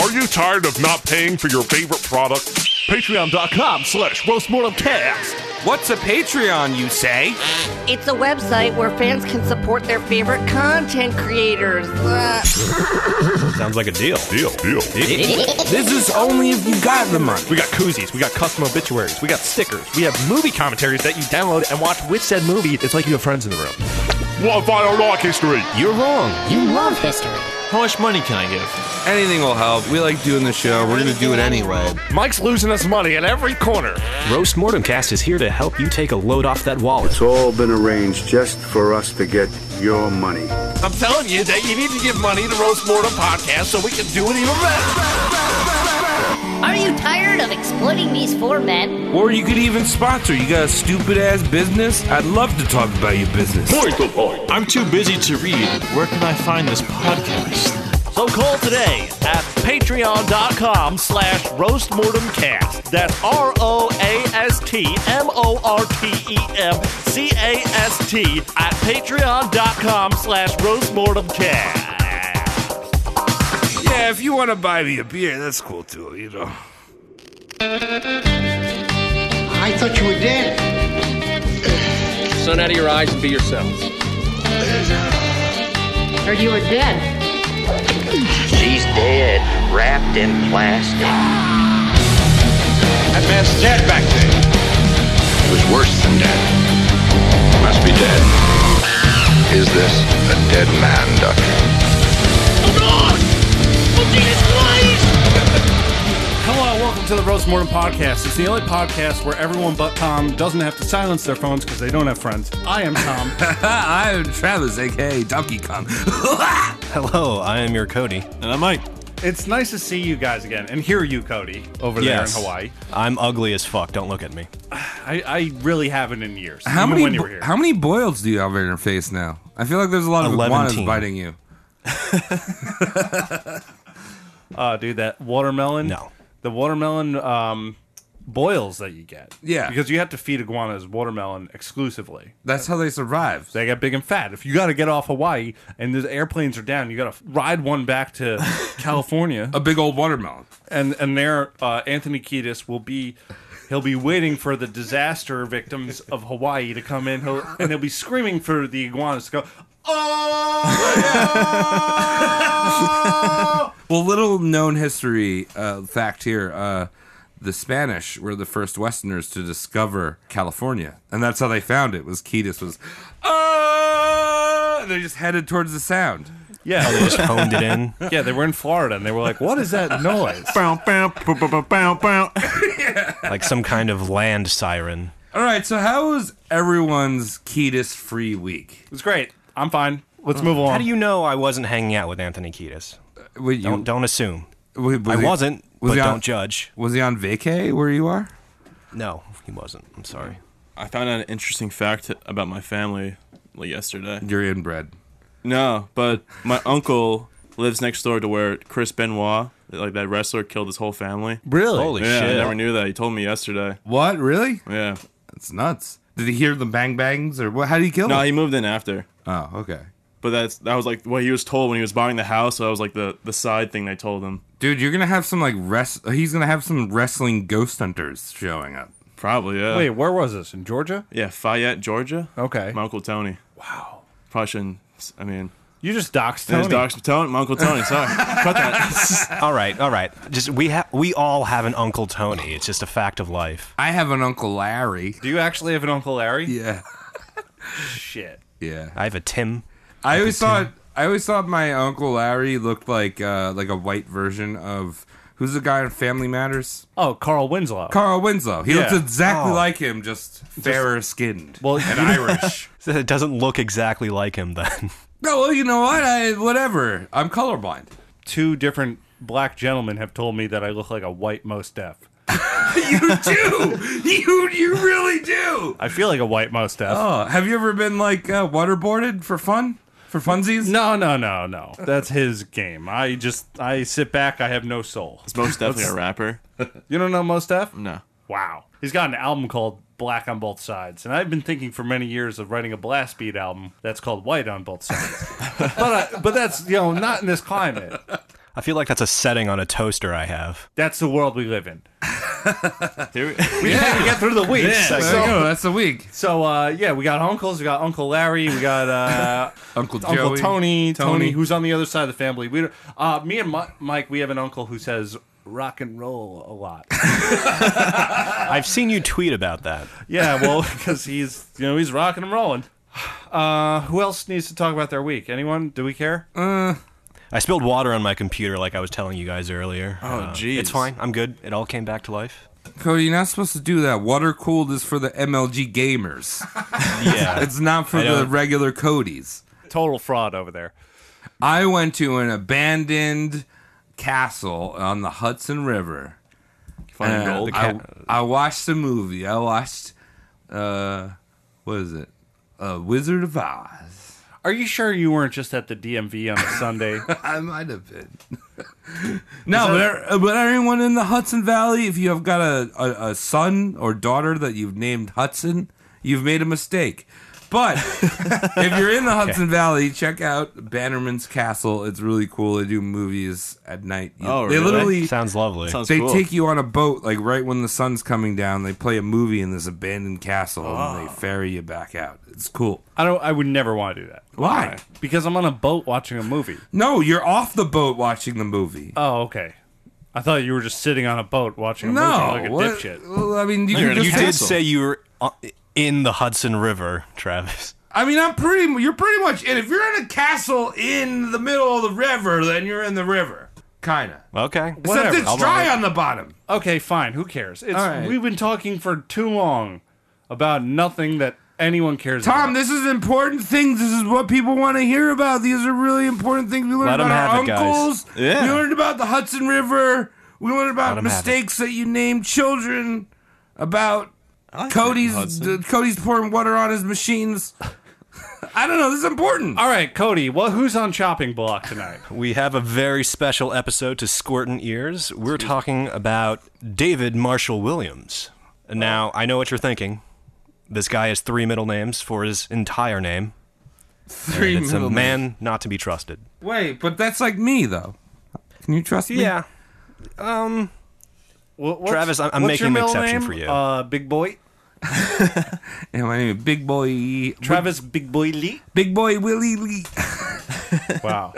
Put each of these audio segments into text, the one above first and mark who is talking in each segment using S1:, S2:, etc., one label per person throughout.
S1: Are you tired of not paying for your favorite product? Patreon.com slash roastmortemcast.
S2: What's a Patreon, you say?
S3: It's a website where fans can support their favorite content creators. Uh,
S4: Sounds like a deal.
S1: Deal, deal.
S2: This is only if you got the money.
S4: We got koozies, we got custom obituaries, we got stickers, we have movie commentaries that you download and watch with said movie. It's like you have friends in the room.
S1: What if I don't like history?
S4: You're wrong.
S5: You love history.
S4: How much money can I give?
S2: Anything will help. We like doing the show. We're gonna do it anyway.
S1: Mike's losing us money at every corner.
S4: Roast Mortemcast is here to help you take a load off that wallet.
S6: It's all been arranged just for us to get your money.
S1: I'm telling you that you need to give money to Roast Mortem Podcast so we can do it even better.
S5: Are you tired of exploiting these four men?
S2: Or you could even sponsor. You got a stupid ass business? I'd love to talk about your business.
S1: Point to point.
S7: I'm too busy to read. Where can I find this podcast?
S4: So call today at patreon.com slash roastmortemcast.
S8: That's R O A S T M O R T E M C A S T at patreon.com slash roastmortemcast.
S2: Yeah, if you want to buy me a beer, that's cool too. You know.
S9: I thought you were dead.
S10: Sun out of your eyes and be yourselves.
S3: or you were dead.
S9: She's dead, wrapped in plastic.
S10: That man's dead back there.
S6: It was worse than dead. Must be dead. Is this a dead man, Doctor?
S11: Hello and welcome to the Roast Mortem Podcast. It's the only podcast where everyone but Tom doesn't have to silence their phones because they don't have friends. I am Tom.
S2: I'm Travis, aka Donkey Kong.
S4: Hello, I am your Cody.
S7: And I'm Mike.
S11: it's nice to see you guys again and hear you, Cody, over
S4: Yes.
S11: there in Hawaii.
S4: I'm ugly as fuck. Don't look at me.
S11: I, I really haven't in years.
S2: how
S11: even
S2: many
S11: when you
S2: bo-
S11: were here.
S2: how many boils do you have in your face now? I feel like there's a lot of iguanas
S4: Eleventeen.
S2: biting you.
S11: uh, dude, that watermelon.
S4: No.
S11: The watermelon um, boils that you get.
S2: Yeah.
S11: Because you have to feed iguanas watermelon exclusively.
S2: That's how they survive.
S11: They get big and fat. If you got to get off Hawaii and the airplanes are down, you got to ride one back to California.
S2: a big old watermelon.
S11: and and there uh, Anthony Kiedis will be he'll be waiting for the disaster victims of Hawaii to come in he'll, and he'll be screaming for the iguanas to go oh
S2: Well, little known history uh, fact here: uh, the Spanish were the first Westerners to discover California, and that's how they found it. Was Ketis was, ah! and they just headed towards the sound.
S11: yeah
S4: Just honed it in.
S11: yeah they were in Florida and they were like what is that noise
S4: Like some kind of land siren.
S2: All right, so how was everyone's Ketis free week?
S11: it's great I'm fine let's move along
S4: How do you know I wasn't hanging out with Anthony Kiedis?
S2: Wait, you-
S4: Don't don't assume.
S2: wait, was
S4: I
S2: he-
S4: wasn't,
S2: was
S4: but
S2: he on-
S4: don't judge.
S2: Was he on vacay where you are?
S4: No, he wasn't. I'm sorry.
S7: I found out an interesting fact about my family like, yesterday.
S2: You're inbred.
S7: No, but my uncle lives next door to where Chris Benoit, like that wrestler, killed his whole family.
S2: Really?
S4: Holy
S7: Yeah, I
S4: shit.
S7: never knew that. He told me yesterday.
S2: What? Really?
S7: Yeah.
S2: That's nuts. Did he hear the bang bangs or what? How did he kill
S7: No,
S2: him?
S7: he moved in after.
S2: oh, okay.
S7: But that's that was like what he was told when he was buying the house. So that was like the the side thing they told him.
S2: Dude, you're gonna have some like rest. He's gonna have some wrestling ghost hunters showing up.
S7: Probably yeah.
S11: wait where was this in Georgia
S7: Yeah, Fayette, Georgia.
S11: okay
S7: My uncle Tony. Wow. Probably shouldn't. I mean,
S11: you just doxed Tony
S7: Tony. his doc's Tony. My uncle Tony. Sorry. Cut that.
S4: All right, all right. Just we ha- we all have an Uncle Tony. It's just a fact of life.
S2: I have an uncle Larry.
S11: do you actually have an Uncle Larry
S2: Yeah,
S11: shit
S2: yeah.
S4: I have a Tim.
S2: I always thought I always thought my uncle Larry looked like uh, like a white version of who's the guy on Family Matters?
S11: oh Carl Winslow
S2: Carl Winslow. He looks
S11: Yeah.
S2: exactly
S4: Oh.
S2: like him, just fairer skinned.
S11: well
S2: and
S11: you know-
S2: Irish.
S4: It doesn't look exactly like him then.
S2: No, well, you know what? I whatever. I'm colorblind.
S11: two different black gentlemen have told me that I look like a white most deaf.
S2: you do. You you really do.
S11: I feel like a white most deaf.
S2: Oh, have you ever been like uh, waterboarded for fun? For funsies?
S11: No, no, no, no. That's his game. I just I sit back. I have no soul.
S7: It's most definitely a rapper.
S11: You don't know most Def?
S7: No.
S11: Wow. He's got an album called Black on Both Sides, and I've been thinking for many years of writing a blast beat uh, album that's called White on Both Sides. but I, but that's you know not in this climate.
S4: I feel like that's a setting on a toaster I have.
S11: That's the world we live in.
S7: we
S11: had to get through the week.
S4: Yeah, there you go, that's
S2: the week.
S11: So uh, yeah, we got uncles. We got Uncle Larry. We got uh,
S2: Uncle
S11: Uncle
S2: Joey,
S11: Tony, Tony.
S2: Tony.
S11: who's on the other side of the family. We uh, me and Mi- Mike, we have an uncle who says rock and roll a lot.
S4: I've seen you tweet about that.
S11: Yeah, well, because he's you know he's rocking and rolling. Uh, who else needs to talk about their week? Anyone? Do we care?
S4: Uh, I spilled water on my computer like I was telling you guys earlier.
S2: Oh,
S4: jeez. It's fine. I'm good. It all came back to life.
S2: Cody, you're not supposed to do that. Water cooled is for the MLG gamers.
S4: Yeah.
S2: it's not for
S4: I
S2: the
S4: don't-
S2: regular Codys.
S11: Total fraud over there.
S2: I went to an abandoned castle on the Hudson River.
S7: Finding
S2: Uh,
S7: gold?
S2: I, I watched a movie. I watched, uh, what is it? Uh, Wizard of Oz.
S11: Are you sure you weren't just at the DMV on a Sunday?
S2: I might have been. No, but, er- but everyone in the Hudson Valley, if you have got a, a, a son or daughter that you've named Hudson, you've made a mistake. But if you're in the Hudson Valley, check out Bannerman's Castle. It's really cool. They do movies at night. You-
S4: Oh,
S2: they
S4: really?
S2: literally
S4: Sounds lovely. Sounds
S2: they
S4: cool.
S2: take you on a boat like right when the sun's coming down. They play a movie in this abandoned castle and
S4: Oh.
S2: they ferry you back out. It's cool.
S11: I don't. I would never want to do that.
S2: Why?
S11: Because I'm on a boat watching a movie.
S2: No, you're off the boat watching the movie.
S11: Oh, okay. I thought you were just sitting on a boat watching a
S2: No,
S11: movie like a
S2: what-
S11: dipshit.
S2: well, I mean, you
S4: you
S2: can just
S4: did
S2: cancel.
S4: say you were uh, in the Hudson River, Travis.
S2: I mean, I'm pretty. You're pretty much in. If you're in a castle in the middle of the river, then you're in the river, kinda.
S4: Okay.
S2: Except it's dry on the bottom.
S11: Okay, fine. Who cares? It's,
S2: All right.
S11: We've been talking for too long about nothing that anyone cares about.
S2: Tom, this is important things. This is what people want to hear about. These are really important things. We learned
S4: Let 'em
S2: about our
S4: have it, guys.
S2: uncles.
S4: Yeah.
S2: We learned about the Hudson River. We learned
S4: Let
S2: about
S4: 'em have it.
S2: mistakes that you name children. About Cody's
S11: Hudson.
S2: d- Cody's pouring water on his machines. I don't know. This is important.
S11: All right, Cody. Well, who's on chopping block tonight?
S4: We have a very special episode to Squirtin' Ears. We're talking about David Marshall Williams. And Now, I know what you're thinking. This guy has three middle names for his entire name.
S2: Three
S4: and it's
S2: middle
S4: a man not to be trusted.
S2: Wait, but that's like me though. Can you trust me?
S4: Yeah. Um, Travis, I'm, I'm
S11: what's
S4: making
S11: your
S4: an
S11: middle
S4: exception
S11: name?
S4: for you.
S11: Uh, big boy.
S2: Yeah, my name is Big Boy. E.
S11: Travis Big Boy Lee.
S2: Big Boy Willie Lee.
S11: Wow,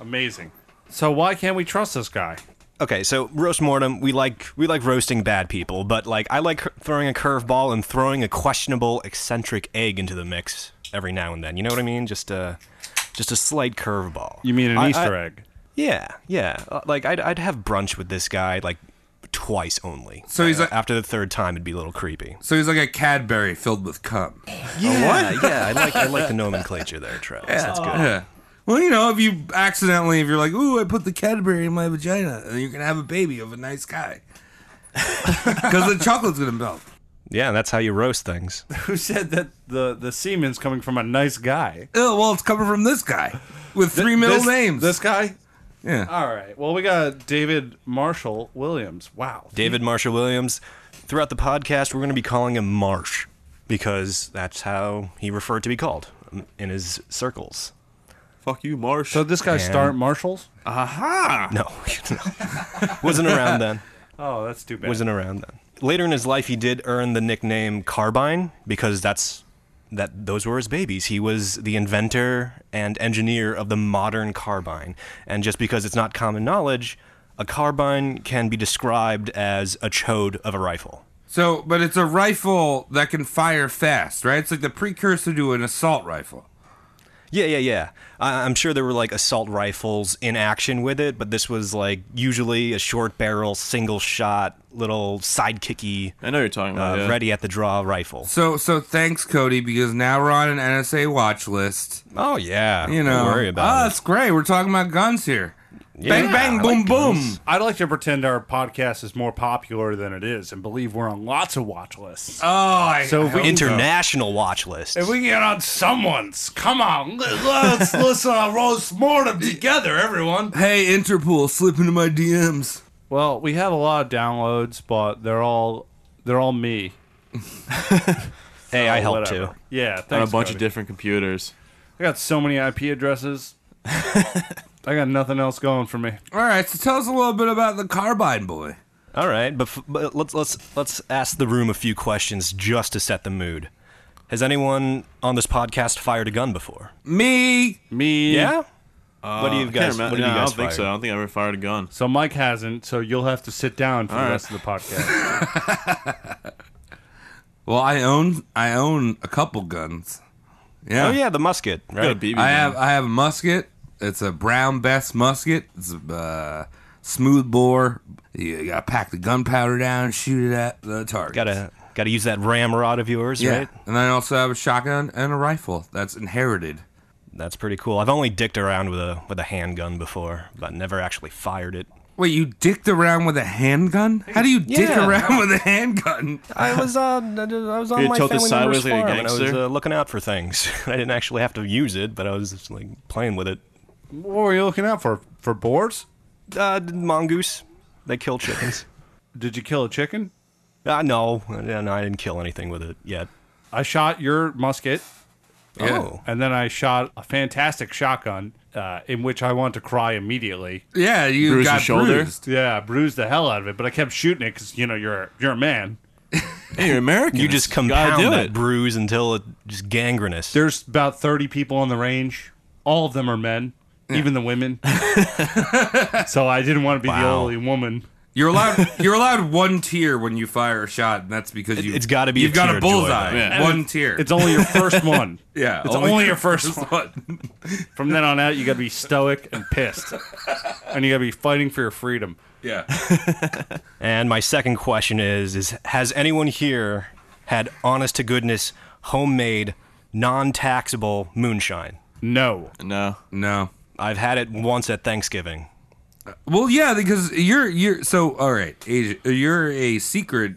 S11: amazing. So why can't we trust this guy?
S4: Okay, so roast mortem, we like we like roasting bad people, but like I like cur- throwing a curveball and throwing a questionable eccentric egg into the mix every now and then. You know what I mean? Just a just a slight curveball.
S11: You mean an
S4: I-
S11: Easter
S4: I-
S11: egg?
S4: Yeah, yeah. Uh, Like I'd I'd have brunch with this guy like twice only.
S2: So he's
S4: Uh,
S2: like-
S4: after the third time, it'd be a little creepy.
S2: So he's like a Cadbury filled with cum.
S4: Yeah, yeah. I like I like the nomenclature there, Travis. That's good.
S2: Yeah. Oh. Well, you know, if you accidentally, if you're like, ooh, I put the Cadbury in my vagina, and you're going to have a baby of a nice guy. Because the chocolate's going to melt.
S4: Yeah, that's how you roast things.
S11: Who said that the the semen's coming from a nice guy?
S2: Oh, well, it's coming from this guy with three middle
S11: this-
S2: names.
S11: This guy.
S2: Yeah.
S11: All right. Well, we got David Marshall Williams. Wow.
S4: David Marshall Williams. Throughout the podcast, we're going to be calling him Marsh because that's how he referred to be called um, in his circles.
S7: Fuck you, Marsh.
S11: So this guy
S4: And-
S11: start Marshalls?
S7: Aha!
S4: No, no. wasn't around then.
S11: Oh, that's too bad.
S4: Wasn't around then. Later in his life, he did earn the nickname Carbine because that's that those were his babies. He was the inventor and engineer of the modern carbine. And just because it's not common knowledge, a carbine can be described as a chode of a rifle.
S2: So, but it's a rifle that can fire fast, right? It's like the precursor to an assault rifle.
S4: Yeah, yeah, yeah. I- I'm sure there were like assault rifles in action with it, but this was like usually a short barrel, single shot, little sidekicky. uh,
S7: I know you're talking about, yeah.
S4: ready at the draw rifle.
S2: So, so thanks, Cody, because now we're on an NSA watch list.
S4: Oh yeah,
S2: You know,
S4: Don't worry
S2: oh,
S4: about it.
S2: that's great. We're talking about guns here. bang, bang, boom, boom.
S11: I'd like to pretend our podcast is more popular than it is and believe we're on lots of watch lists.
S2: Oh, I,
S11: So
S4: So
S11: if we-
S4: international watch list.
S11: If we get on someone's, come on, let- let's listen to Roast Mortem together, everyone.
S2: Hey, Interpol, slip into my DMs.
S11: Well, we have a lot of downloads, but they're all they're all me.
S4: hey, I helped
S11: whatever.
S4: too.
S11: Yeah,
S7: on a
S11: thanks,
S7: bunch of
S11: Cody.
S7: different computers.
S11: I got so many IP addresses. I got nothing else going for me.
S2: All right, so tell us a little bit about the Carbine Boy.
S4: All right, but, f- but let's let's let's ask the room a few questions just to set the mood. Has anyone on this podcast fired a gun before?
S2: Me,
S11: me,
S4: Yeah?
S7: Uh,
S4: What do you
S7: I can't
S4: guys-
S7: remember-
S4: what have
S7: no,
S4: you guys
S7: I don't think so. I
S4: fired?
S7: don't think I ever fired a gun.
S11: So Mike hasn't. So you'll have to sit down for
S7: All
S11: the
S7: right.
S11: rest of the podcast.
S2: Well, I own I own a couple guns. Yeah.
S4: Oh yeah, the musket, right?
S2: I have I have a musket. It's a Brown Bess musket. It's a uh, smooth bore. You gotta pack the gunpowder down, and shoot it at the target.
S4: Gotta gotta use that ramrod of yours,
S2: yeah.
S4: right?
S2: And I also have a shotgun and a rifle that's inherited.
S4: That's pretty cool. I've only dicked around with a with a handgun before, but never actually fired it.
S2: Wait, you dicked around with a handgun? How do you dick
S4: Yeah.
S2: around with a handgun?
S4: I was uh, I was
S2: You
S4: on my
S2: tilt it
S4: family member's
S2: sideways like a
S4: farm, and I was
S2: gangster?
S4: uh, looking out for things. I didn't actually have to use it, but I was just, like playing with it.
S11: what were you looking out for? For boars?
S4: Uh, mongoose. They kill chickens.
S11: Did you kill a chicken?
S4: Uh, no, Yeah, no, I didn't kill anything with it yet.
S11: I shot your musket.
S4: Yeah. Oh.
S11: And then I shot a fantastic shotgun, uh, in which I want to cry immediately.
S2: Yeah, you Bruised got your shoulder? bruised.
S11: Yeah, I bruised the hell out of it, but I kept shooting it because you know you're you're a man.
S7: you're American.
S4: You just compound that bruise until it just gangrenous.
S11: There's about 30 people on the range. All of them are men, even the women. so I didn't want to be the
S2: Wow.
S11: only woman.
S2: You're allowed. you're allowed one tier when you fire a shot, and that's because you.
S4: it's gotta be a
S2: You've got
S4: tier,
S2: a
S4: Joy,
S2: bullseye.
S4: though. Yeah.
S2: One
S11: And
S2: tier.
S11: It's only your first one.
S2: yeah.
S11: It's only, your first one. From then on out, you got to be stoic and pissed. and you got to be fighting for your freedom.
S2: Yeah.
S4: And my second question is: Is has anyone here had honest to goodness homemade, non-taxable moonshine?
S11: No.
S7: No.
S2: No.
S4: I've had it once at Thanksgiving.
S2: Well, yeah, because you're you're so all right. Asia, you're a secret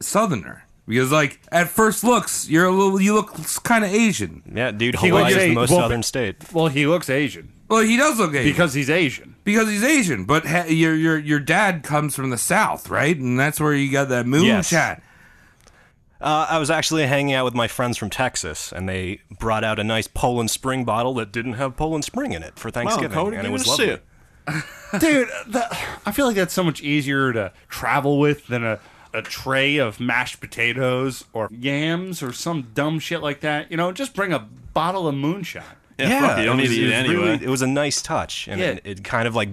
S2: Southerner because, like, at first looks, you're a little. You look kind of Asian.
S4: Yeah, dude,
S2: He
S4: Hawaii
S2: would
S4: is
S2: say-
S4: the most
S2: well,
S4: southern state.
S11: Well, he looks Asian.
S2: Well, he does look Asian
S11: because he's Asian.
S2: Because he's Asian, but ha- your your your dad comes from the South, right? And that's where you got
S4: Yes.
S2: that moonshine.
S4: Uh, I was actually hanging out with my friends from Texas, and they brought out a nice Poland Spring bottle that didn't have Poland Spring in it for Thanksgiving,
S11: Cody,
S4: and
S11: give
S4: it
S11: it
S4: was
S11: a
S4: lovely.
S11: sip. Dude, that, I feel like that's so much easier to travel with than a, a tray of mashed potatoes or yams or some dumb shit like that. You know, just bring a bottle of moonshine.
S4: it was, was really- it was a nice touch, and
S11: Yeah.
S4: it, it kind of like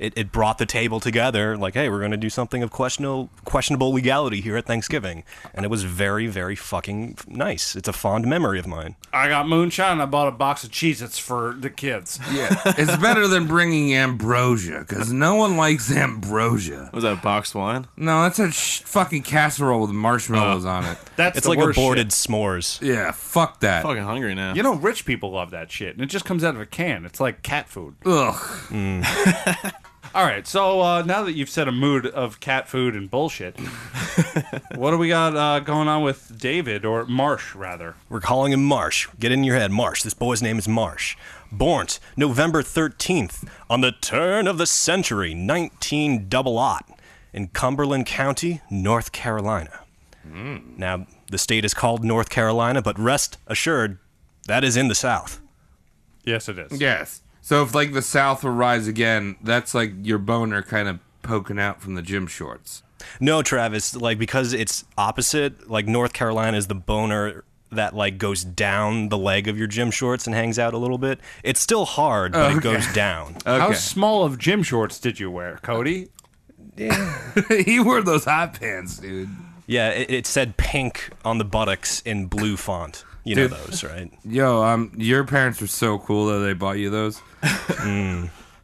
S4: it, it brought the table together. Like, hey, we're going to do something of questionable questionable legality here at Thanksgiving, and it was very, very fucking f- nice. It's a fond memory of mine.
S11: I got moonshine. and I bought a box of Cheez-Its for the kids.
S2: Yeah, it's better than bringing ambrosia because no one likes ambrosia.
S7: Was that boxed wine?
S2: No, that's a sh- fucking casserole with marshmallows on it.
S11: That's
S4: It's the like worst aborted s'mores.
S2: Uh. Yeah, fuck that.
S7: fucking hungry now.
S11: You know, rich people love that shit, and it just comes out of a can. It's like cat food.
S2: Ugh.
S11: All right, so uh, now that you've set a mood of cat food and bullshit, what do we got uh, going on with David or Marsh rather?
S4: We're calling him Marsh. Get in your head, Marsh. This boy's name is Marsh. Born November 13th, on the turn of the century, 19 double aught, in Cumberland County, North Carolina.
S11: Hmm.
S4: Now, the state is called North Carolina, but rest assured, that is in the South.
S11: Yes, it is.
S2: Yes. So if like the South will rise again, that's like your boner kind of poking out from the gym shorts.
S4: No, Travis, like because it's opposite, like North Carolina is the boner that like goes down the leg of your gym shorts and hangs out a little bit. It's still hard, but it
S11: Okay.
S4: goes down.
S11: How small of gym shorts did you wear, Cody?
S2: he wore those hot pants, dude.
S4: Yeah, it, it said pink on the buttocks in blue font. You know
S2: Dude.
S4: those, right?
S2: Yo, um, your parents were so cool that they bought you those.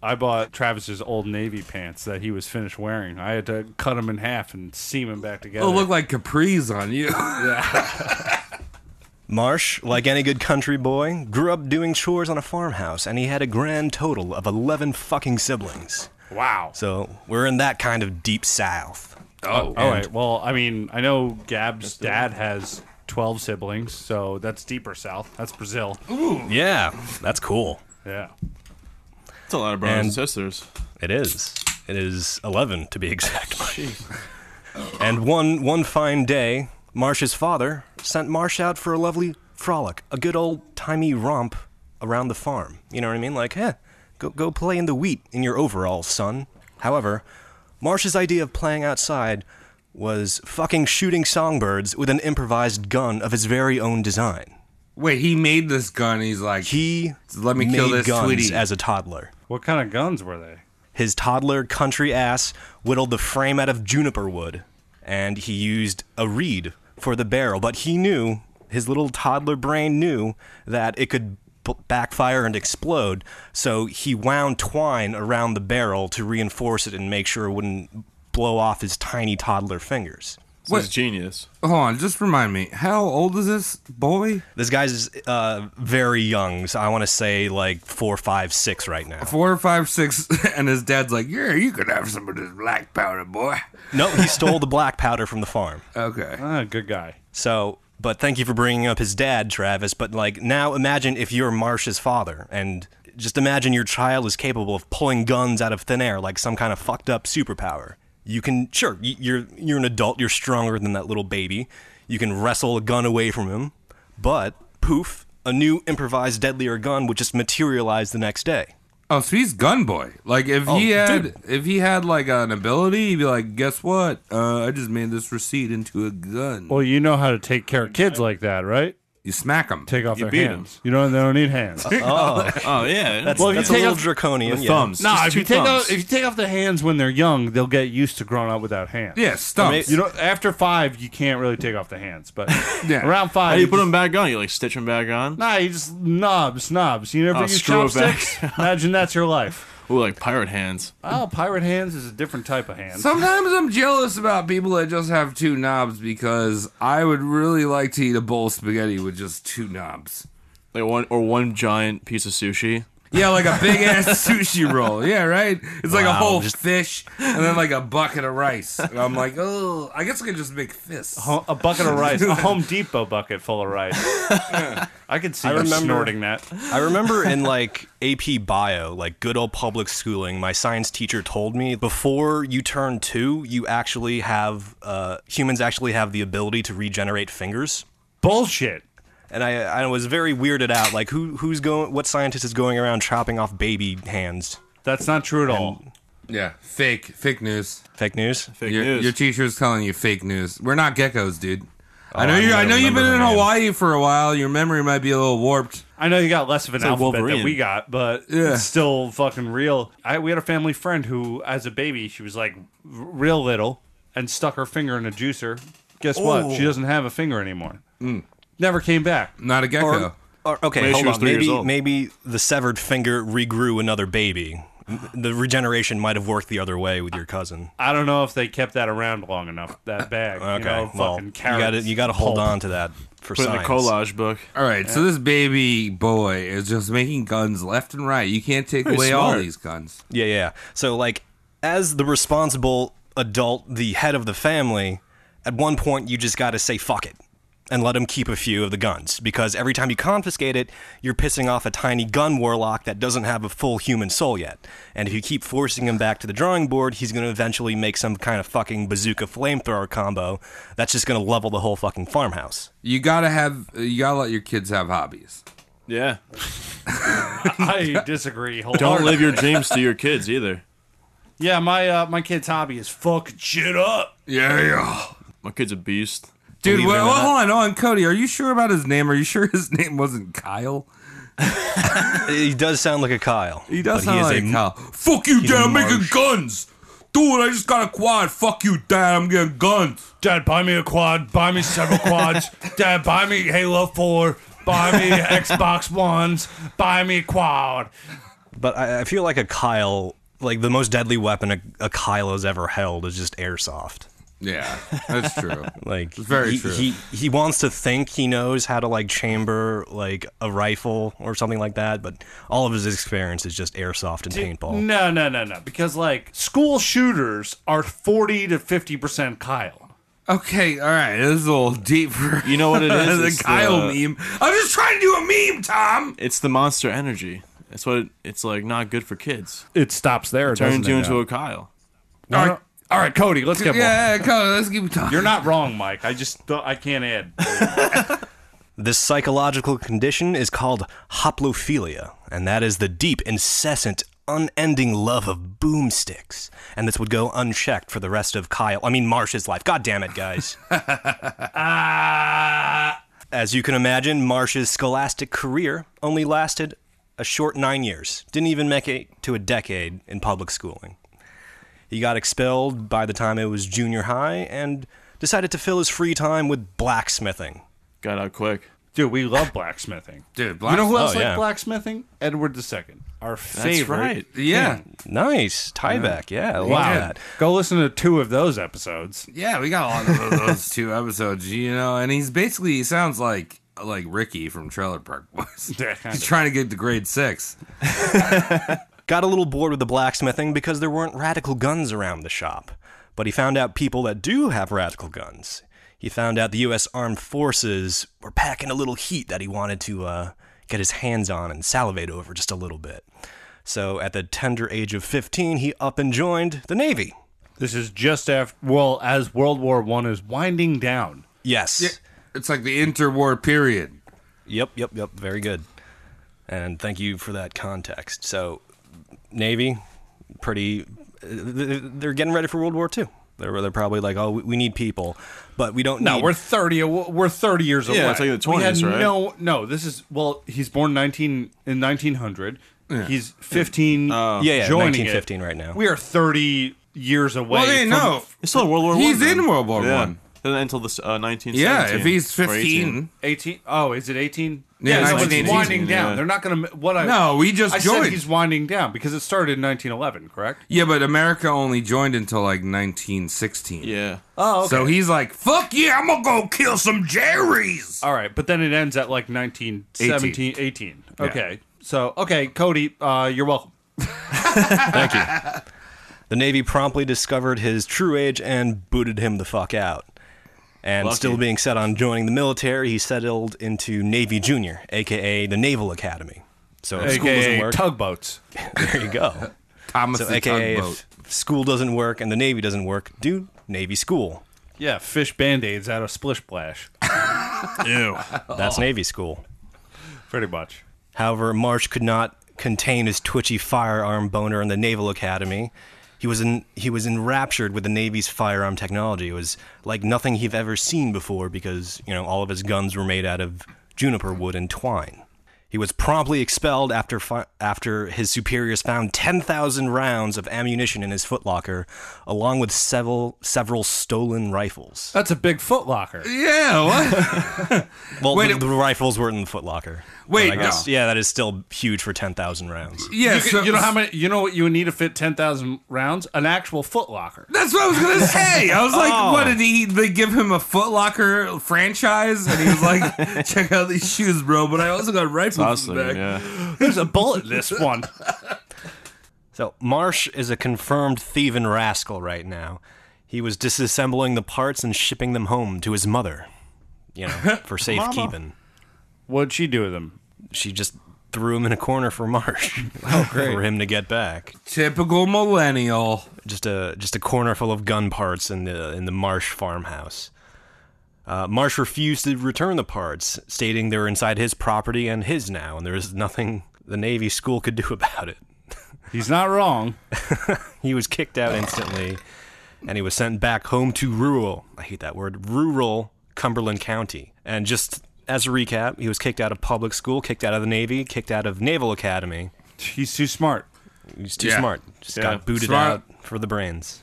S11: I bought Travis's old navy pants that he was finished wearing. I had to cut them in half and seam them back together.
S2: It'll Oh, look like capris on you.
S4: Marsh, like any good country boy, grew up doing chores on a farmhouse, and he had a grand total of 11 fucking siblings.
S11: Wow.
S4: So we're in that kind of deep south.
S11: Oh, all right. Well, I mean, I know Gab's dad has 12 siblings, so that's deeper south. That's Brazil. Ooh.
S4: Yeah, that's cool.
S11: Yeah.
S7: That's a lot of brothers and,
S4: And-
S7: sisters.
S4: It is. It is 11 to be exact. and one one fine day, Marsh's father sent Marsh out for a lovely frolic, a good old timey romp around the farm. You know what I mean? Like, eh, Go, go play in the wheat in your overalls, son. However, Marsh's idea of playing outside was fucking shooting songbirds with an improvised gun of his very own design.
S2: Wait, he made this gun. He's like,
S4: he
S2: let me kill
S4: made
S2: this
S4: guns
S2: sweetie.
S4: as a toddler.
S11: What kind of guns were they?
S4: His toddler country ass whittled the frame out of juniper wood, and he used a reed for the barrel. But he knew, his little toddler brain knew, that it could b- backfire and explode, so he wound twine around the barrel to reinforce it and make sure it wouldn't blow off his tiny toddler fingers.
S7: So he's genius.
S2: Hold on, just remind me. How old is this boy?
S4: This guy's uh, very young, so I want to say like four, five, six right now.
S2: Four, five, six, and his dad's like, yeah, you could have some of this black powder, boy.
S4: No, he stole the black powder from the farm.
S2: Okay.
S11: Ah, good guy.
S4: So, but thank you for bringing up his dad, Travis. But like now, imagine if you're Marsh's father, and just imagine your child is capable of pulling guns out of thin air, like some kind of fucked up superpower. You can sure y- you're you're an adult, you're stronger than that little baby. You can wrestle a gun away from him, but poof, a new improvised deadlier gun would just materialize the next day.
S2: Oh, so he's gun boy. Like if
S4: Oh,
S2: he had
S4: dude.
S2: if he had like an ability, he'd be like, guess what? Uh, I just made this receipt into a gun.
S11: Well, you know how to take care of kids like that, right?
S2: You smack them.
S11: Take off
S2: You
S11: their
S2: beat
S11: hands. You don't. They don't need hands.
S7: oh yeah.
S4: That's,
S11: Well, if you
S4: that's a
S11: take
S4: little
S11: out
S4: draconian. yeah.
S11: No, if you take off if you take off the hands when they're young, they'll get used to growing up without hands.
S2: Yeah, stumps.
S11: You know, after five, you can't really take off the hands, but
S7: Yeah.
S11: around five,
S7: How do you put
S11: just-
S7: them back on? You like stitch them back on?
S11: Nah, you just knobs, knobs. You never
S7: Oh,
S11: use
S7: screw it back.
S11: chopsticks. Imagine that's your life.
S7: Ooh, like pirate hands.
S11: Oh, pirate hands is a different type of hand.
S2: Sometimes I'm jealous about people that just have two knobs because I would really like to eat a bowl of spaghetti with just two knobs.
S7: Like one or one giant piece of sushi.
S2: Yeah, like a big ass sushi roll. Yeah, right. It's like a
S7: Wow,
S2: whole
S7: just-
S2: fish and then like a bucket of rice. And I'm like, oh, I guess I could just make fists.
S11: Ho- a bucket of rice, a Home Depot bucket full of rice. I could see
S4: I
S11: you
S4: remember-
S11: snorting that.
S4: I remember in like AP bio, like good old public schooling, my science teacher told me before you turn two, you actually have uh, humans actually have the ability to regenerate fingers.
S11: Bullshit.
S4: And I, I was very weirded out. Like who who's going? What scientist is going around chopping off baby hands?
S11: That's not true at all.
S2: Yeah, fake, fake news.
S4: Fake news.
S7: Fake
S2: your,
S7: news.
S2: Your teacher's telling you fake news. We're not geckos, dude. I
S4: Oh,
S2: know
S4: I'm
S2: you. I
S4: gonna
S2: know you've been
S4: remember
S2: in
S4: the name.
S2: Hawaii for a while. Your memory might be a little warped.
S11: I know you got less of an
S2: like
S11: alphabet
S2: Wolverine.
S11: than we got, but
S2: Yeah.
S11: it's still fucking real. I we had a family friend who, as a baby, she was like r- real little and stuck her finger in a juicer. Guess
S4: Oh. Mm.
S11: what? She doesn't have a finger anymore. Never came back.
S2: Not a gecko.
S4: Or, or- okay,
S11: Maybe she
S4: hold
S11: was
S4: on.
S11: three years
S4: Maybe
S11: old.
S4: maybe the severed finger regrew another baby. The regeneration might have worked the other way with your cousin.
S11: I don't know if they kept that around long enough. That bag,
S4: Okay,
S11: you know,
S4: well,
S11: fucking
S4: you
S11: carrots.
S4: got to you got to hold
S11: pulp.
S4: on to that for
S7: Put it in a
S4: science.
S7: collage book.
S2: All right, so this baby boy is just making guns left and right. You can't take
S4: Pretty
S2: away all
S4: smart.
S2: these guns.
S4: Yeah, yeah. So like as the responsible adult, the head of the family, at one point you just got to say fuck it and let him keep a few of the guns because every time you confiscate it, you're pissing off a tiny gun warlock that doesn't have a full human soul yet. And if you keep forcing him back to the drawing board, he's going to eventually make some kind of fucking bazooka flamethrower combo that's just going to level the whole fucking farmhouse.
S2: You gotta have. You gotta let your kids have hobbies.
S7: Yeah.
S11: I disagree.
S7: Don't
S11: wholeheartedly.
S7: live your dreams to your kids either.
S11: Yeah, my uh, my kid's hobby is fucking shit up.
S2: Yeah, yeah.
S7: My kid's a beast.
S2: Dude,
S7: Believe it or
S2: well,
S7: not.
S2: hold on, hold on, Cody. Are you sure about his name? Are you sure his name wasn't Kyle?
S4: He does sound like a Kyle.
S2: He does
S4: but
S2: sound
S4: is
S2: like
S4: a-
S2: Kyle. Fuck you,
S4: he's a
S2: Dad. I'm making
S4: marsh.
S2: guns. Dude, I just got a quad. Fuck you, Dad. I'm getting guns.
S11: Dad, buy me a quad. Buy me several quads. Dad, buy me Halo Four. Buy me Xbox Ones. Buy me quad.
S4: But I, I feel like a Kyle, like the most deadly weapon a, a Kyle has ever held is just airsoft.
S2: Yeah, that's true.
S4: Like
S2: It's very
S4: he,
S2: true.
S4: He he wants to think he knows how to like chamber like a rifle or something like that, but all of his experience is just airsoft and paintball.
S11: No, no, no, no. Because like school shooters are forty to fifty percent Kyle.
S2: Okay, all right. This is a little deep. For
S7: You know what it is?
S2: the
S7: It's
S2: Kyle
S7: the-
S2: meme. I'm just trying to do a meme, Tom.
S7: It's the monster energy. That's what it- it's like. Not good for kids.
S11: It stops there.
S7: Turns you into a Kyle.
S11: a. All right, all right, Cody. Let's get
S2: Yeah, yeah, Cody. Let's keep talking.
S11: more. You're not wrong, Mike. I just don't- I can't add.
S4: This psychological condition is called hoplophilia, and that is the deep, incessant, unending love of boomsticks. And this would go unchecked for the rest of Kyle, I mean, Marsh's life. God damn it, guys. Ah! As you can imagine, Marsh's scholastic career only lasted a short nine years, didn't even make it to a decade in public schooling. He got expelled by the time it was junior high and decided to fill his free time with blacksmithing.
S7: Got out quick.
S11: Dude, we love blacksmithing.
S2: Dude,
S11: you know who else liked blacksmithing? Edward II, our favorite.
S4: right.
S11: king.
S4: Yeah. Nice. Tieback. Yeah, I love that.
S11: Go listen to two of those episodes.
S2: Yeah, we got a lot of those two episodes, you know, and he's basically he sounds like like Ricky from Trailer Park Boys. he's trying to get to grade six.
S4: Got a little bored with the blacksmithing because there weren't radical guns around the shop. But he found out people that do have radical guns. He found out the U.S. Armed Forces were packing a little heat that he wanted to uh, get his hands on and salivate over just a little bit. So at the tender age of 15, he up and joined the Navy.
S11: This is just after, well, as World War One is winding down.
S4: Yes.
S2: it's like the interwar period.
S4: Yep, yep, yep. Very good. And thank you for that context. So, Navy, pretty. th- They're getting ready for World War II. They're, they're probably like, oh, we- we need people, but we don't
S11: No,
S4: need.
S11: we're thirty. aw- We're thirty years
S4: Yeah,
S11: away.
S4: it's like the
S11: We had
S4: 20s, right?
S11: No, no. This is well. He's born nineteen in nineteen hundred.
S4: Yeah.
S11: He's fifteen.
S4: Oh. Yeah, yeah,
S11: joining
S4: 1915
S11: it.
S4: right now.
S11: We are thirty years away.
S2: Well, hey,
S11: from-
S2: no.
S7: It's still World War
S2: He's
S7: One,
S2: in
S7: then.
S2: World War
S7: yeah.
S2: One.
S7: Then until the uh, 19.
S2: Yeah, if he's
S11: 18.
S2: 15.
S11: 18 Oh, is it 18?
S2: Yeah,
S11: so it's
S2: 1918.
S11: winding down.
S2: Yeah.
S11: They're not going to. What I
S2: No, we just
S11: I
S2: joined.
S11: Said he's winding down because it started in 1911, correct?
S2: Yeah, but America only joined until like 1916.
S7: Yeah.
S11: Oh, okay.
S2: So he's like, fuck yeah, I'm gonna go kill some Jerry's.
S11: All right, but then it ends at like 1917, 18.
S2: Yeah.
S11: Okay, so okay, Cody, uh, you're welcome.
S4: Thank you. The Navy promptly discovered his true age and booted him the fuck out. And
S7: Lucky.
S4: still being set on joining the military, he settled into Navy Junior, aka the Naval Academy. So if school doesn't
S11: AKA
S4: work,
S11: tugboats.
S4: there you go.
S2: Thomas
S4: so
S2: the
S4: AKA
S2: Tugboat.
S4: if school doesn't work and the Navy doesn't work, do Navy school.
S11: Yeah, fish band aids out of splish splash.
S4: Ew. That's Navy school.
S11: Pretty much.
S4: However, Marsh could not contain his twitchy firearm boner in the Naval Academy. He was in, he was enraptured with the Navy's firearm technology. It was like nothing he'd ever seen before because, you know, all of his guns were made out of juniper wood and twine. He was promptly expelled after fi- after his superiors found 10,000 rounds of ammunition in his footlocker along with several several stolen rifles.
S11: That's a big footlocker.
S2: Yeah, what?
S4: Well,
S2: Wait,
S4: the, the rifles were in the footlocker.
S2: Wait,
S4: But I guess,
S2: no.
S4: yeah, that is still huge for 10,000 rounds.
S11: you, could- you know how many? You know what you would need to fit ten thousand rounds? An actual footlocker.
S2: That's what I was gonna say. I was like,
S11: Oh.
S2: what did he? They give him a Foot Locker franchise, and he was like, check out these shoes, bro. But I also got rifles in the back.
S11: There's a bullet in this one.
S4: So Marsh is a confirmed thieving rascal right now. He was disassembling the parts and shipping them home to his mother, you know, for safekeeping.
S11: What'd she do with them?
S4: She just threw him in a corner for Marsh. Oh,
S2: great.
S4: for him to get back.
S2: Typical millennial.
S4: Just a just a corner full of gun parts in the in the Marsh farmhouse. Uh, Marsh refused to return the parts, stating they were inside his property and his now, and there is nothing the Navy school could do about it.
S11: He's not wrong.
S4: he was kicked out instantly, and he was sent back home to rural. I hate that word. Rural Cumberland County. And just as a recap, he was kicked out of public school, kicked out of the Navy, kicked out of Naval Academy.
S11: He's too smart.
S4: He's too
S2: Yeah.
S4: smart. Just
S2: Yeah.
S4: got booted
S2: Smart.
S4: out for the brains.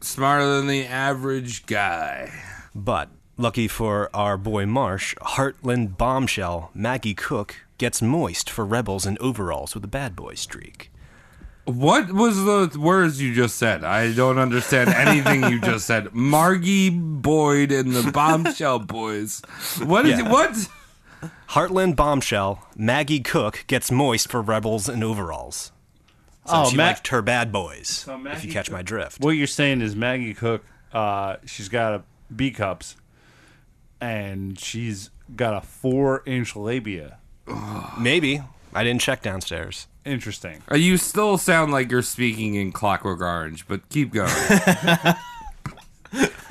S2: Smarter than the average guy.
S4: But lucky for our boy Marsh, Heartland bombshell Maggie Cook gets moist for rebels in overalls with a bad boy streak.
S2: What was the words you just said? I don't understand anything you just said. Margie Boyd and the Bombshell Boys. What is
S4: Yeah.
S2: what?
S4: Heartland bombshell Maggie Cook gets moist for rebels in overalls. So
S11: Oh,
S4: she
S11: Ma-
S4: liked her bad boys. if you catch my drift,
S11: What you're saying is Maggie Cook, uh, she's got a B cups, and she's got a four inch labia.
S4: maybe I didn't check downstairs.
S11: Interesting.
S2: Uh, You still sound like you're speaking in Clockwork Orange, but keep going.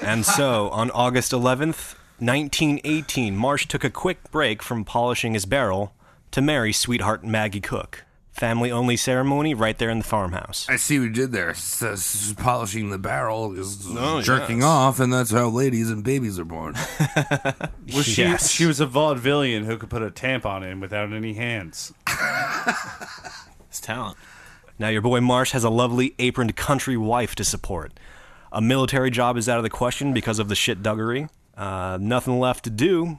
S4: And so on August 11th, 1918, Marsh took a quick break from polishing his barrel to marry sweetheart Maggie Cook. Family only ceremony right there in the farmhouse.
S2: I see what you did there. S- s- polishing the barrel, is
S4: No,
S2: jerking
S4: Oh, yes.
S2: off, and that's how ladies and babies are born.
S11: Well, she, she was a vaudevillian who could put a tampon in without any hands.
S4: It's talent. Now, your boy Marsh has a lovely aproned country wife to support. A military job is out of the question because of the shit duggery. Uh, nothing left to do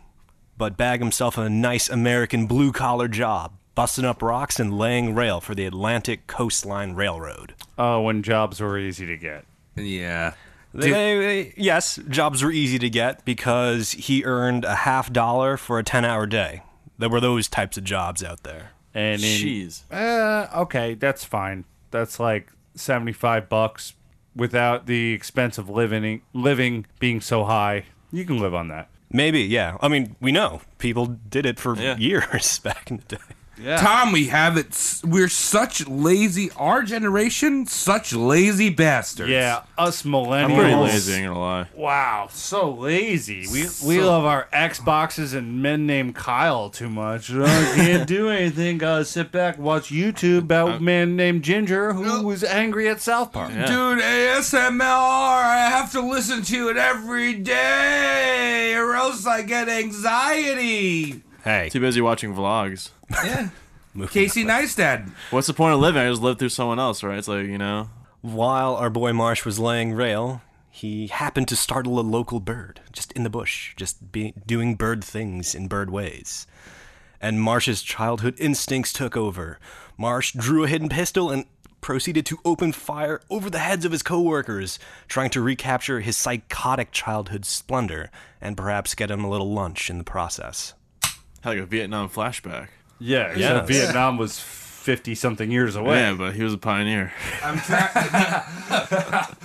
S4: but bag himself a nice American blue collar job, busting up rocks and laying rail for the Atlantic Coastline Railroad.
S11: Oh, when jobs were easy to get.
S2: Yeah.
S4: They, they- yes, jobs were easy to get because he earned a half dollar for a 10 hour day. There were those types of jobs out there.
S11: And in- Uh, okay, that's fine. That's like seventy-five bucks without the expense of living living being so high. You can live on that.
S4: Maybe, yeah. I mean, we know people did it for years back in the day.
S2: Tom, we have it. s- We're such lazy. Our generation, such lazy bastards.
S11: Yeah, us millennials.
S7: I'm pretty lazy, ain't gonna lie.
S11: Wow, so lazy. We we
S7: So-
S11: love our Xboxes and men named Kyle too much. I can't do anything. Gotta sit back, watch YouTube about a man named Ginger who was angry at South Park.
S2: Dude, ASMR, I have to listen to it every day, or else I get anxiety.
S4: Hey.
S7: Too busy watching vlogs.
S4: Yeah.
S2: Casey Neistat.
S7: What's the point of living? I just live through someone else, right? It's like, you know.
S4: While our boy Marsh was laying rail, he happened to startle a local bird just in the bush, just be, doing bird things in bird ways. And Marsh's childhood instincts took over. Marsh drew a hidden pistol and proceeded to open fire over the heads of his coworkers, trying to recapture his psychotic childhood splendor and perhaps get him a little lunch in the process.
S7: Had like a Vietnam flashback.
S11: Yeah, except Vietnam was fifty something years away.
S7: Yeah, but he was a pioneer.
S2: trying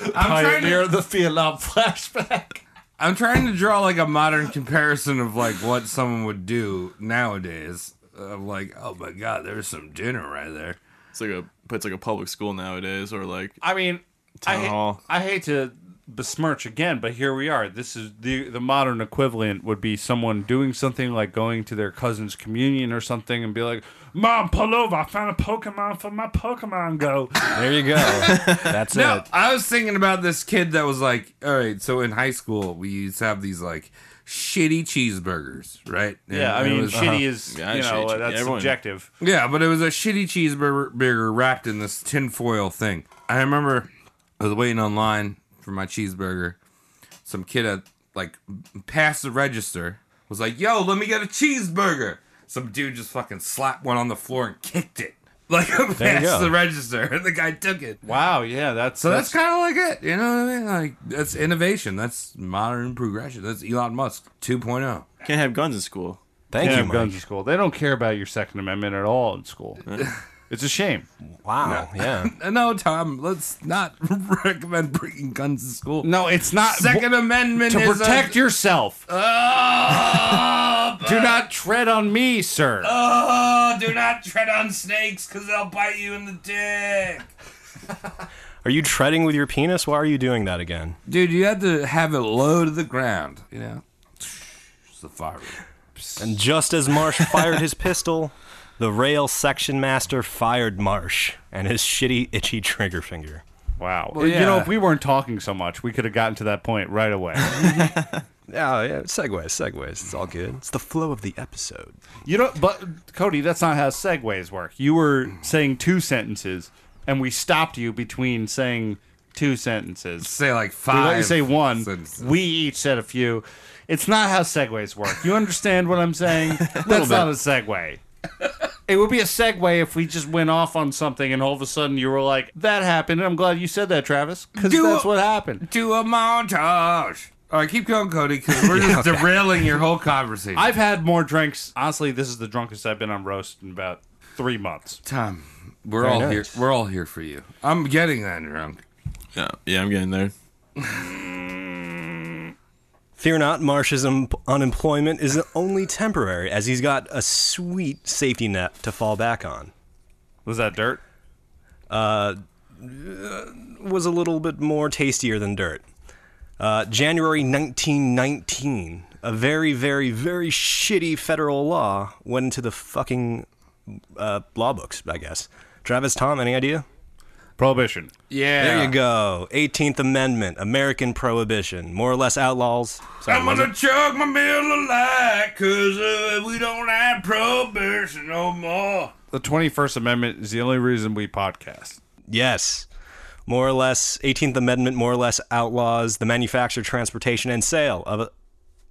S2: to-
S11: Pioneer of the Vietnam flashback.
S2: I'm trying to draw like a modern comparison of like what someone would do nowadays. I'm like, oh my god, there's some dinner right there.
S7: It's like a but it's like a public school nowadays, or like
S11: I mean,
S7: Town
S11: I, ha-
S7: hall.
S11: I hate to besmirch again, but here we are. This is the the modern equivalent would be someone doing something like going to their cousin's communion or something and be like, "Mom, pull over! I found a Pokemon for my Pokemon Go."
S4: There you go. That's
S2: no, I was thinking about this kid that was like, all right, so in high school we used to have these like shitty cheeseburgers, right? And
S11: Yeah, I
S2: it
S11: mean,
S2: was-
S11: shitty is you know that's subjective.
S2: Yeah, but it was a shitty cheeseburger burger wrapped in this tinfoil thing. I remember I was waiting online for my cheeseburger. Some kid had like passed the register, was like, "Yo, let me get a cheeseburger." Some dude just fucking slapped one on the floor and kicked it like past
S11: There you go.
S2: the register, and the guy took it.
S11: Wow, yeah, that's
S2: So that's, kind of like it, you know what I mean? Like that's innovation, that's modern progression, that's Elon Musk oh. 2.0.
S7: Can't have guns in school.
S11: Can't have guns in school. They don't care about your Second Amendment at all in school. it's a shame.
S4: Wow. Yeah.
S2: no, Tom, let's not recommend bringing guns to school.
S11: No, it's not.
S2: Second Amendment
S11: to
S2: is
S11: protect
S2: a-
S11: yourself.
S2: Oh,
S11: Do not tread on me, sir.
S2: Oh, do not tread on snakes because they'll bite you in the dick.
S4: Are you treading with your penis? Why are you doing that again?
S2: Dude, you had to have it low to the ground, you know? It's the fire.
S4: And just as Marsh fired his pistol, the rail section master fired Marsh and his shitty, itchy trigger finger.
S11: Wow.
S4: Well,
S11: You know,
S4: yeah.
S11: if we weren't talking so much, we could have gotten to that point right away.
S4: Yeah, Oh, yeah. Segways, segways. It's all good. It's the flow of the episode.
S11: you know, but Cody, that's not how segues work. You were saying two sentences, and we stopped you between saying two sentences.
S2: Say like
S11: We let you
S2: five
S11: say one. We each said a few. It's not how segues work. You understand what I'm saying? that's not a segue. It would be a segue if we just went off on something and all of a sudden you were like, that happened. And I'm glad you said that, Travis, because
S2: Do
S11: that's
S2: a-
S11: what happened.
S2: Do a montage. All right, keep going, Cody, because we're just derailing your whole conversation.
S11: I've had more drinks. Honestly, this is the drunkest I've been on roast in about three months.
S2: Tom, we're
S11: Very
S2: all
S11: nice.
S2: here. We're all here for you. I'm getting that drunk.
S7: Yeah, yeah, I'm getting there.
S4: Fear not, Marsh's um, unemployment is only temporary, as he's got a sweet safety net to fall back on.
S11: Was that dirt?
S4: Uh, uh, was a little bit more tastier than dirt. Uh, January 1919, a very, very, very shitty federal law went into the fucking uh, law books, I guess. Travis Tom, any idea?
S11: Prohibition.
S4: Yeah. There you go. 18th Amendment, American Prohibition. More or less outlaws. Sorry,
S2: I'm
S4: what was
S2: gonna
S4: it?
S2: chug my Miller Lite, cause uh, we don't have prohibition no more.
S11: The 21st Amendment is the only reason we podcast.
S4: Yes. More or less, 18th Amendment more or less outlaws the manufacture, transportation, and sale of uh,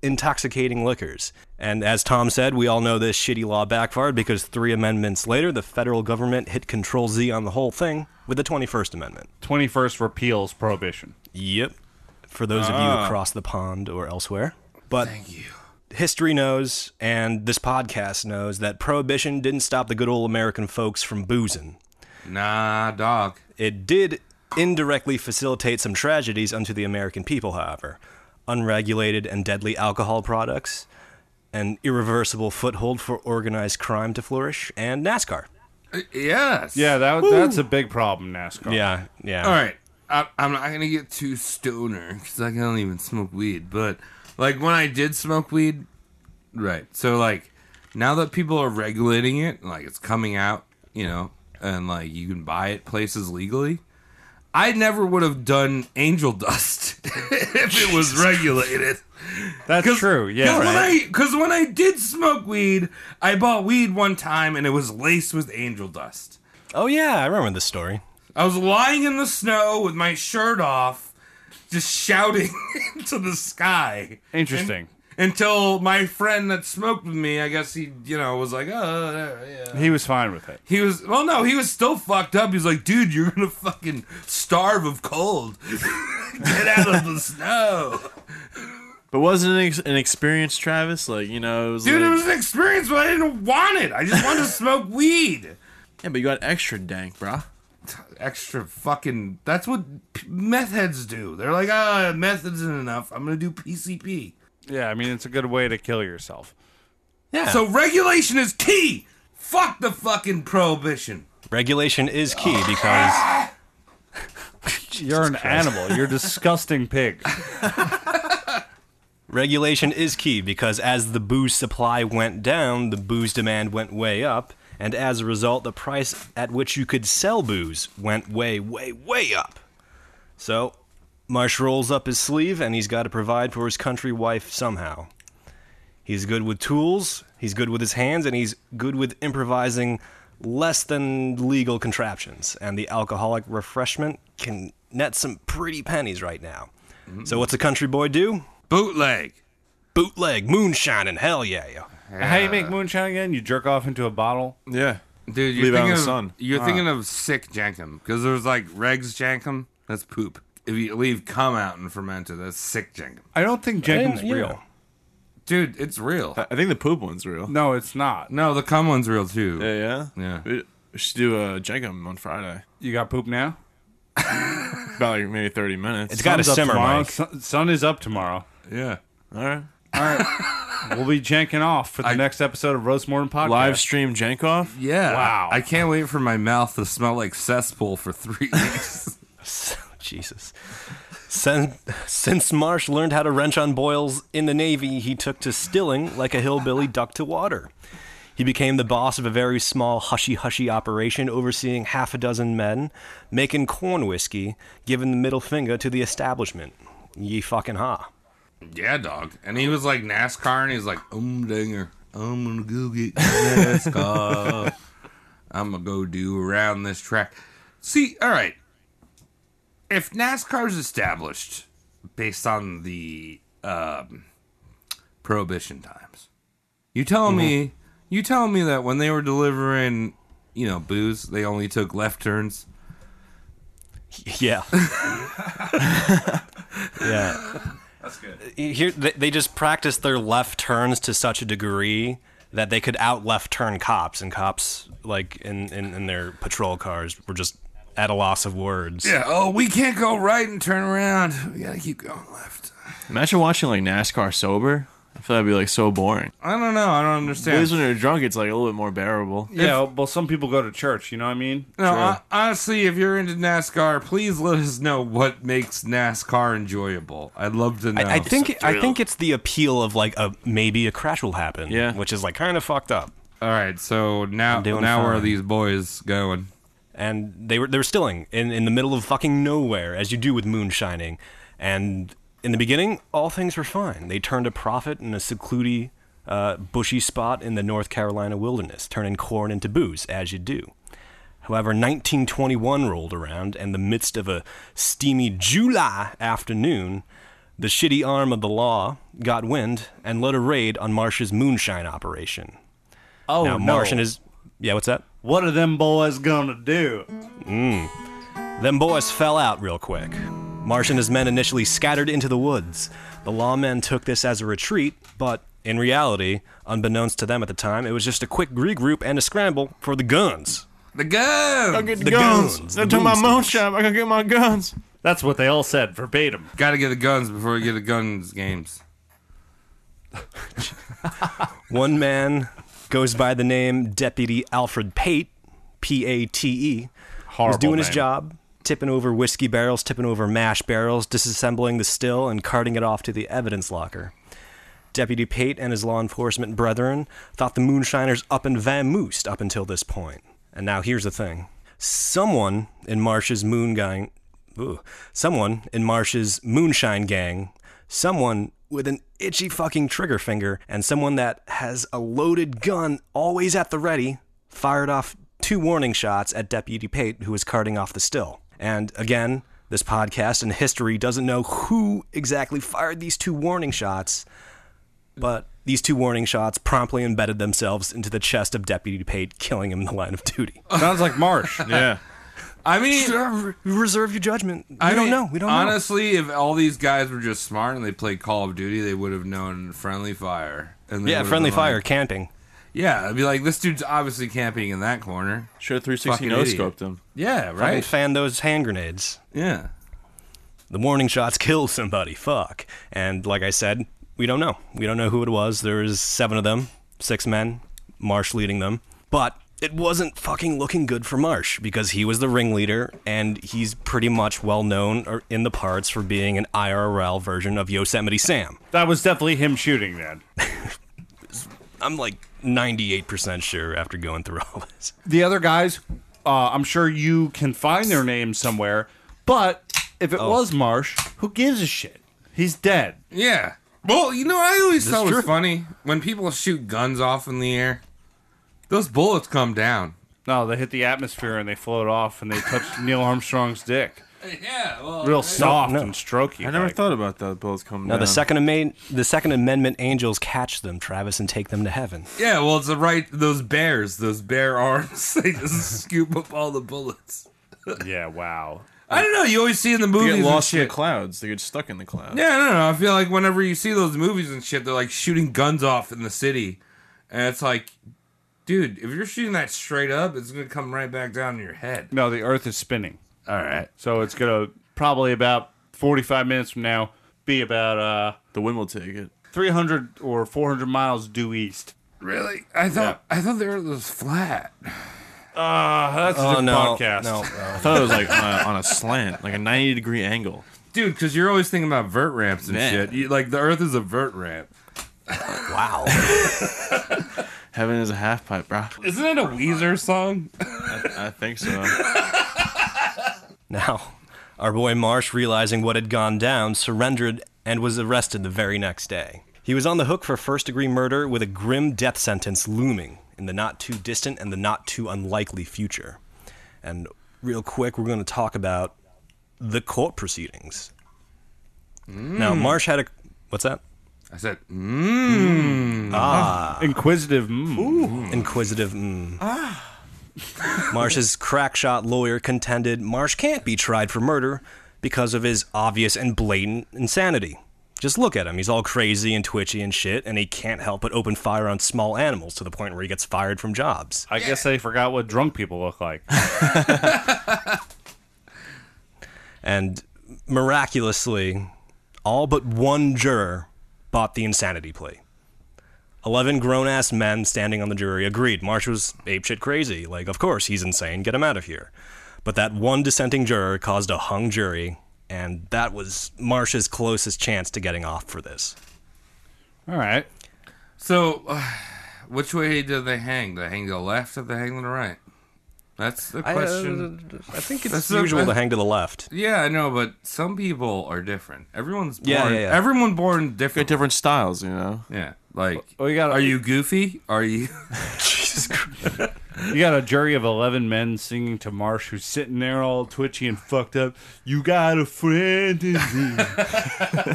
S4: intoxicating liquors. And as Tom said, we all know this shitty law backfired because three amendments later, the federal government hit Control Z on the whole thing with the 21st Amendment.
S11: 21st repeals prohibition.
S4: Yep. For those of you
S11: Ah.
S4: across the pond or elsewhere. But history knows, and this podcast knows, that prohibition didn't stop the good old American folks from boozing.
S2: Nah, dog.
S4: It did indirectly facilitate some tragedies unto the American people, however. Unregulated and deadly alcohol products, an irreversible foothold for organized crime to flourish, and NASCAR.
S2: Uh, Yes.
S11: Yeah, that,
S4: Woo.
S11: that's a big problem, NASCAR.
S4: Yeah, yeah.
S2: All right. I, I'm not gonna get too stoner because I don't even smoke weed. But like when I did smoke weed, right. So like now that people are regulating it, like it's coming out, you know, and like you can buy it places legally. I never would have done angel dust if it was regulated.
S11: That's true. Yeah.
S2: Because when, I did smoke weed, I bought weed one time and it was laced with angel dust.
S4: Oh, yeah, I remember this story.
S2: I was lying in the snow with my shirt off, just shouting into the sky.
S11: Interesting.
S2: And- until my friend that smoked with me, I guess he, you know, was like, oh, yeah.
S11: He was fine with it.
S2: He was, well, no, he was still fucked up. He was like, dude, you're going to fucking starve of cold. Get out of the snow.
S7: But wasn't it ex- an experience, Travis? Like you know, it was
S2: Dude,
S7: like,
S2: it was an experience, but I didn't want it. I just wanted to smoke weed.
S7: Yeah, but you got extra dank, bruh.
S2: Extra fucking. That's what p- meth heads do. They're like, ah, meth isn't enough. I'm going to do PCP.
S11: Yeah, I mean, it's a good way to kill yourself.
S4: Yeah.
S2: So regulation is key. Fuck the fucking prohibition.
S4: Regulation is key because
S11: You're an animal. You're a disgusting pig.
S4: regulation is key because as the booze supply went down, the booze demand went way up, and as a result, the price at which you could sell booze went way, way, way up. So, Marsh rolls up his sleeve and he's got to provide for his country wife somehow. He's good with tools, he's good with his hands, and he's good with improvising less than legal contraptions. And the alcoholic refreshment can net some pretty pennies right now. So, what's a country boy do?
S2: Bootleg.
S4: Bootleg, moonshine, and hell yeah. yeah.
S11: How you make moonshine again? You jerk off into a bottle?
S7: Yeah.
S2: Dude, you're
S11: Leave it out in
S2: thinking
S11: the
S2: of,
S11: sun.
S2: You're
S11: Ah.
S2: thinking of sick jankum because there's like Reg's jankum. That's poop. If you leave cum out and ferment it, that's sick jankum.
S11: I don't think Jenkins real.
S2: Dude, it's real.
S7: I think the poop one's real.
S11: No, it's not.
S2: No, the cum one's real too.
S7: Yeah, yeah.
S2: Yeah.
S7: We we should do a Jenkum on Friday.
S11: You got poop now?
S7: About like maybe 30 minutes.
S11: Sun's up tomorrow. Sun, sun is up tomorrow.
S7: Yeah. All right.
S11: All right. we'll be janking off for the next episode of Roast Morning Podcast.
S7: Live stream jank off?
S2: Yeah.
S11: Wow.
S2: I can't wait for my mouth to smell like cesspool for three weeks.
S4: Jesus. Since, since Marsh learned how to wrench on boils in the Navy, he took to stilling like a hillbilly duck to water. He became the boss of a very small hushy hushy operation overseeing half a dozen men, making corn whiskey, giving the middle finger to the establishment. Ye fucking ha.
S2: yeah, dog. And he was like NASCAR, and he was like, um, dinger, I'm gonna go get NASCAR. I'm gonna go do around this track. See, all right. If NASCAR's established based on the um, prohibition times, you tell me, you tell me that when they were delivering, you know, booze, they only took left turns.
S4: Yeah. yeah.
S11: That's good.
S4: Here, they, they just practiced their left turns to such a degree that they could out left turn cops, and cops, like in, in, in their patrol cars, were just at a loss of words.
S2: Yeah. Oh, we can't go right and turn around. We gotta keep going left.
S7: Imagine watching like NASCAR sober. I feel that'd be like so boring.
S2: I don't know. I don't understand.
S7: At least when you're drunk, it's like a little bit more bearable.
S11: Yeah, well, some people go to church. You know what I mean?
S2: No, hon- honestly, if you're into NASCAR, please let us know what makes NASCAR enjoyable. I'd love to know.
S4: I, I think I think it's the appeal of like a maybe a crash will happen.
S2: Yeah.
S4: which is like kind of fucked up.
S2: All right, so now now where are these boys going?
S4: And they were they were stilling in in the middle of fucking nowhere, as you do with moon shining. And in the beginning, all things were fine. They turned a profit in a secluded, uh, bushy spot in the North Carolina wilderness, turning corn into booze, as you do. However, 1921 rolled around, and in the midst of a steamy July afternoon, the shitty arm of the law got wind and led a raid on Marsh's moonshine operation.
S11: Oh,
S4: now,
S11: no.
S4: Marsh and his yeah, what's that?
S11: What are them boys gonna do?
S4: Mm. Them boys fell out real quick. Marsh and his men initially scattered into the woods. The lawmen took this as a retreat, but in reality, unbeknownst to them at the time, it was just a quick regroup and a scramble for the guns.
S2: The guns.
S7: I'll get the,
S4: The
S7: guns.
S4: guns.
S7: They'll
S4: The
S7: do my
S4: boomsticks.
S7: moon shop. I can get my guns.
S11: That's what they all said verbatim.
S2: Got to get the guns before we get the guns games.
S4: One man goes by the name Deputy Alfred Pate, P A T E, was
S11: Horrible
S4: doing his
S11: name.
S4: job, tipping over whiskey barrels, tipping over mash barrels, disassembling the still, and carting it off to the evidence locker. Deputy Pate and his law enforcement brethren thought the moonshiners up and vamoosed up until this point. And now here's the thing. Someone in Marsh's moon gang ooh, someone in Marsh's moonshine gang, someone with an itchy fucking trigger finger, and someone that has a loaded gun always at the ready, fired off two warning shots at Deputy Pate, who was carting off the still. And again, this podcast and history doesn't know who exactly fired these two warning shots, but these two warning shots promptly embedded themselves into the chest of Deputy Pate, killing him in the line of duty.
S11: Sounds like Marsh.
S7: yeah.
S2: I mean,
S4: reserve your judgment. We
S2: I
S4: don't
S2: mean,
S4: know. We don't know.
S2: honestly, if all these guys were just smart and they played Call of Duty, they would have known friendly fire. And they
S4: Yeah,
S2: would have
S4: friendly
S2: been
S4: fire,
S2: like-
S4: camping.
S2: Yeah, I'd be like, this dude's obviously camping in that corner.
S7: Sure,
S4: 360 no-scoped
S7: him.
S2: Yeah,
S4: Fucking
S2: right.
S4: fan those hand grenades.
S2: Yeah.
S4: The warning shots killed somebody. Fuck. And like I said, we don't know. We don't know who it was. There was seven of them, six men, Marsh leading them. But it wasn't fucking looking good for Marsh because he was the ringleader and he's pretty much well known or- in the parts for being an IRL version of Yosemite Sam.
S11: That was definitely him shooting then.
S4: I'm like 98% sure after going through all this.
S11: The other guys, uh, I'm sure you can find their names somewhere, but if it was Marsh, who gives a shit? He's dead.
S2: Yeah. Well, you know, what I always
S11: That's
S2: thought
S11: true.
S2: was funny when people shoot guns off in the air. Those bullets come down.
S11: No, they hit the atmosphere and they float off and they touch Neil Armstrong's dick.
S2: Yeah, well,
S11: Real soft
S4: No.
S11: and strokey.
S7: I never
S11: like.
S7: thought about that. Bullets coming
S4: Now,
S7: down.
S4: the second, Amendment, the second Amendment angels catch them, Travis, and take them to heaven.
S2: Yeah, well, it's the right. Those bears, those bear arms, they just scoop up all the bullets.
S11: yeah, wow.
S2: I don't know. You always see in the movies.
S7: They
S2: and
S7: get lost in
S2: shit.
S7: the clouds. They get stuck in the clouds.
S2: Yeah, I don't know. I feel like whenever you see those movies and shit, they're like shooting guns off in the city, and it's like, dude, if you're shooting that straight up, it's gonna come right back down to your head.
S11: No, the Earth is spinning.
S2: All right.
S11: So it's gonna probably about 45 minutes from now be about uh
S7: the wind will take it.
S11: 300 or 400 miles due east.
S2: Really? I thought I thought the Earth was flat. Ah,
S11: Uh, that's
S7: Oh,
S11: a different
S7: no,
S11: podcast.
S7: no, I thought it was like on a, on a slant, like a 90 degree angle.
S2: Dude, because you're always thinking about vert ramps and
S7: Man.
S2: shit. You, like the Earth is a vert ramp.
S4: Wow.
S7: Heaven is a half pipe, bro.
S2: Isn't it a Weezer song?
S7: I, I think so.
S4: Now, our boy Marsh, realizing what had gone down, surrendered and was arrested the very next day. He was on the hook for first degree murder with a grim death sentence looming in the not too distant and the not too unlikely future. And real quick, we're going to talk about the court proceedings. Now,
S11: Mm.
S4: Marsh had a. What's that?
S2: I said, "Mm." mmm.
S4: Ah.
S11: Inquisitive. Mm.
S4: Inquisitive. Mm. Marsh's crackshot lawyer contended Marsh can't be tried for murder because of his obvious and blatant insanity. Just look at him. He's all crazy and twitchy and shit, and he can't help but open fire on small animals to the point where he gets fired from jobs.
S11: I guess they forgot what drunk people look like.
S4: And miraculously, all but one juror bought the insanity plea. 11 grown ass men standing on the jury agreed Marsh was apeshit crazy. Like, of course, he's insane. Get him out of here. But that one dissenting juror caused a hung jury, and that was Marsh's closest chance to getting off for this.
S11: All right.
S2: So, uh, which way did they hang? Did they hang to the left or did they hang to the right? That's the
S4: I, uh,
S2: question.
S4: I think it's
S2: That's the-
S4: usual to hang to the left.
S2: Yeah, I know, but some people are different. Everyone's born.
S4: Yeah, yeah, yeah.
S2: Everyone born different.
S7: different styles, you know.
S2: Yeah, like
S11: Oh, you got.
S2: are you goofy? Are you?
S11: You got a jury of eleven men singing to Marsh, who's sitting there all twitchy and fucked up. You got a friend in me,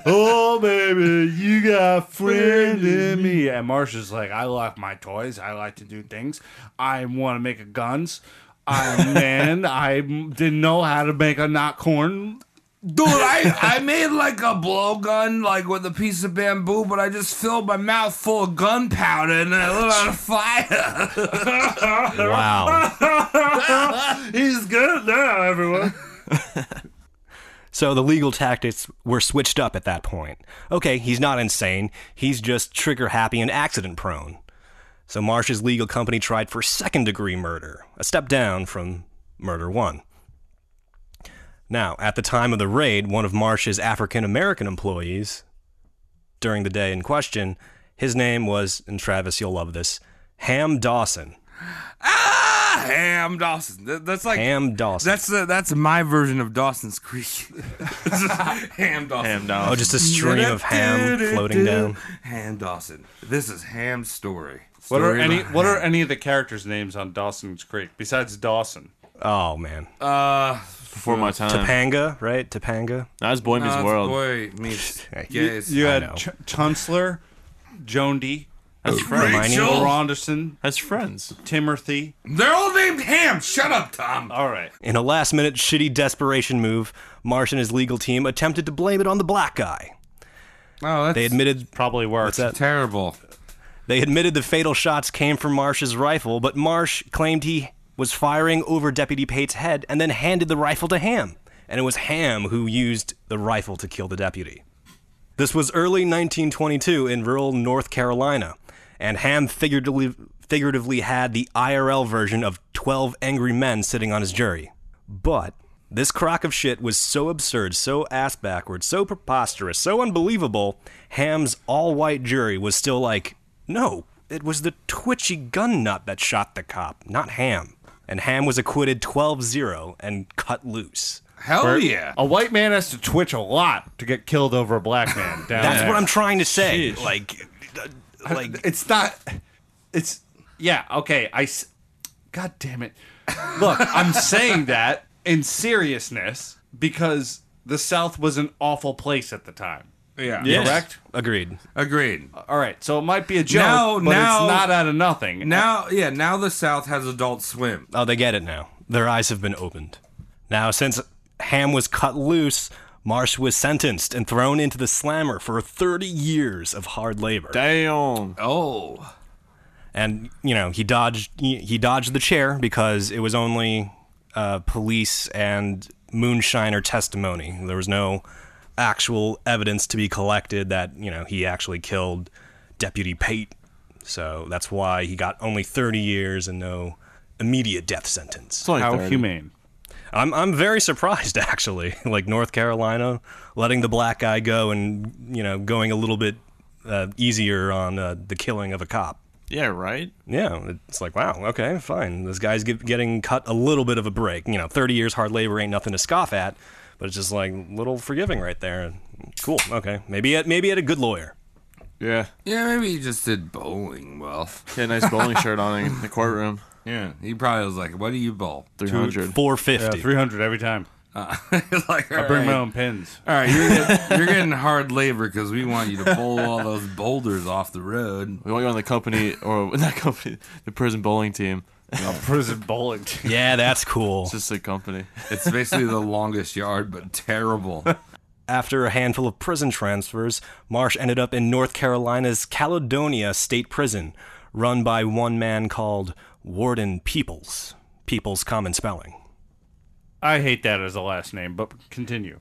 S11: oh baby, you got a friend in me. And Marsh is like, I like my toys. I like to do things. I want to make guns. I'm a man. I didn't know how to make a knot corn.
S2: Dude, I, I made like a blowgun, like with a piece of bamboo, but I just filled my mouth full of gunpowder and then I lit on fire.
S4: Wow.
S11: He's good now, everyone.
S4: So the legal tactics were switched up at that point. Okay, he's not insane. He's just trigger happy and accident prone. So Marsh's legal company tried for second degree murder, a step down from murder one. Now, at the time of the raid, one of Marsh's African American employees, during the day in question, his name was, and Travis, you'll love this, Ham Dawson.
S2: Ham Dawson. That- That's like
S4: Ham Dawson.
S2: that's the, that's my version of Dawson's Creek. ham Dawson.
S7: Ham
S4: Oh, just a stream of ham floating down.
S2: Ham Dawson. This is Ham's story.
S11: What are
S2: Story
S11: any
S2: about
S11: What are
S2: Ham.
S11: any of the characters' names on Dawson's Creek besides Dawson?
S4: Oh, man.
S2: Uh,
S7: Before my time.
S4: Topanga, right? Topanga.
S7: That was Boy Meets
S2: no,
S7: World.
S2: Uh, Boy meets
S11: You,
S2: gays.
S11: you
S4: I
S11: had
S4: know.
S11: Ch- Chancellor, Joan D,
S7: That's friends.
S4: Hermione.
S11: Neil Ronderson,
S7: That's friends.
S11: Timothy.
S2: They're all named Ham. Shut up, Tom.
S11: All right.
S4: In a last minute shitty desperation move, Marsh and his legal team attempted to blame it on the black guy.
S2: Oh, that's
S4: They admitted
S11: Probably works.
S4: that?
S2: terrible.
S4: they admitted the fatal shots came from Marsh's rifle, but Marsh claimed he was firing over Deputy Pate's head and then handed the rifle to Ham. And it was Ham who used the rifle to kill the deputy. This was early 1922 in rural North Carolina, and Ham figuratively, figuratively had the IRL version of 12 angry men sitting on his jury. But this crock of shit was so absurd, so ass backwards, so preposterous, so unbelievable, Ham's all white jury was still like, no, it was the twitchy gun nut that shot the cop, not Ham. And Ham was acquitted 12 0 and cut loose.
S2: Hell Oh, yeah.
S4: Oh,
S11: A white man has to twitch a lot to get killed over a black man. Down
S4: That's
S11: there.
S4: what I'm trying to say. Like, uh, like
S11: It's not. It's yeah. Okay. I. s- God damn it. Look, I'm saying that in seriousness because the South was an awful place at the time.
S2: Yeah.
S11: Correct.
S4: agreed.
S2: Agreed.
S11: All right. So it might be a joke,
S2: Now-
S11: but
S2: now-
S11: it's not out of nothing.
S2: Now, yeah, now the South has Adult Swim.
S4: Oh, they get it now. Their eyes have been opened. Now, since Ham was cut loose, Marsh was sentenced and thrown into the slammer for 30 years of hard labor.
S7: Damn.
S2: Oh.
S4: and you know he dodged he, he dodged the chair because it was only uh, police and moonshiner testimony. There was no actual evidence to be collected that you know he actually killed Deputy Pate. So that's why he got only 30 years and no immediate death sentence.
S7: It's only
S11: How
S7: 30.
S11: humane.
S4: I'm I'm very surprised actually. Like North Carolina letting the black guy go and you know going a little bit uh, easier on uh, the killing of a cop.
S7: Yeah, right?
S4: Yeah, it's like wow, okay, fine. This guy's get, getting cut a little bit of a break. You know, 30 years hard labor ain't nothing to scoff at, but it's just like little forgiving right there. Cool. Okay. Maybe it maybe it had a good lawyer.
S7: Yeah.
S2: Yeah, maybe he just did bowling well.
S7: He had a nice bowling shirt on in the courtroom.
S2: Yeah. He probably was like, what do you bowl?
S7: 300.
S4: 450.
S11: 300 every time.
S2: like,
S11: I bring my own pins.
S2: All right, you're getting, you're getting hard labor because we want you to bowl all those boulders off the road.
S7: We want you on the company, or not company, the prison bowling team.
S11: prison bowling team.
S4: Yeah, that's cool.
S7: It's just a company.
S2: It's basically the longest yard, but terrible.
S4: After a handful of prison transfers, Marsh ended up in North Carolina's Caledonia State Prison, run by one man called Warden Peoples. Peoples' common spelling.
S11: I hate that as a last name, but continue.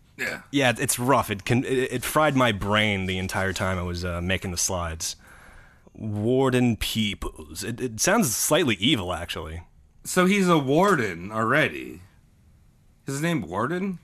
S4: Yeah, it's rough. It can it, it fried my brain the entire time I was uh, making the slides. Warden Peoples. It, it sounds slightly evil, actually.
S2: So he's a warden already. His name Warden?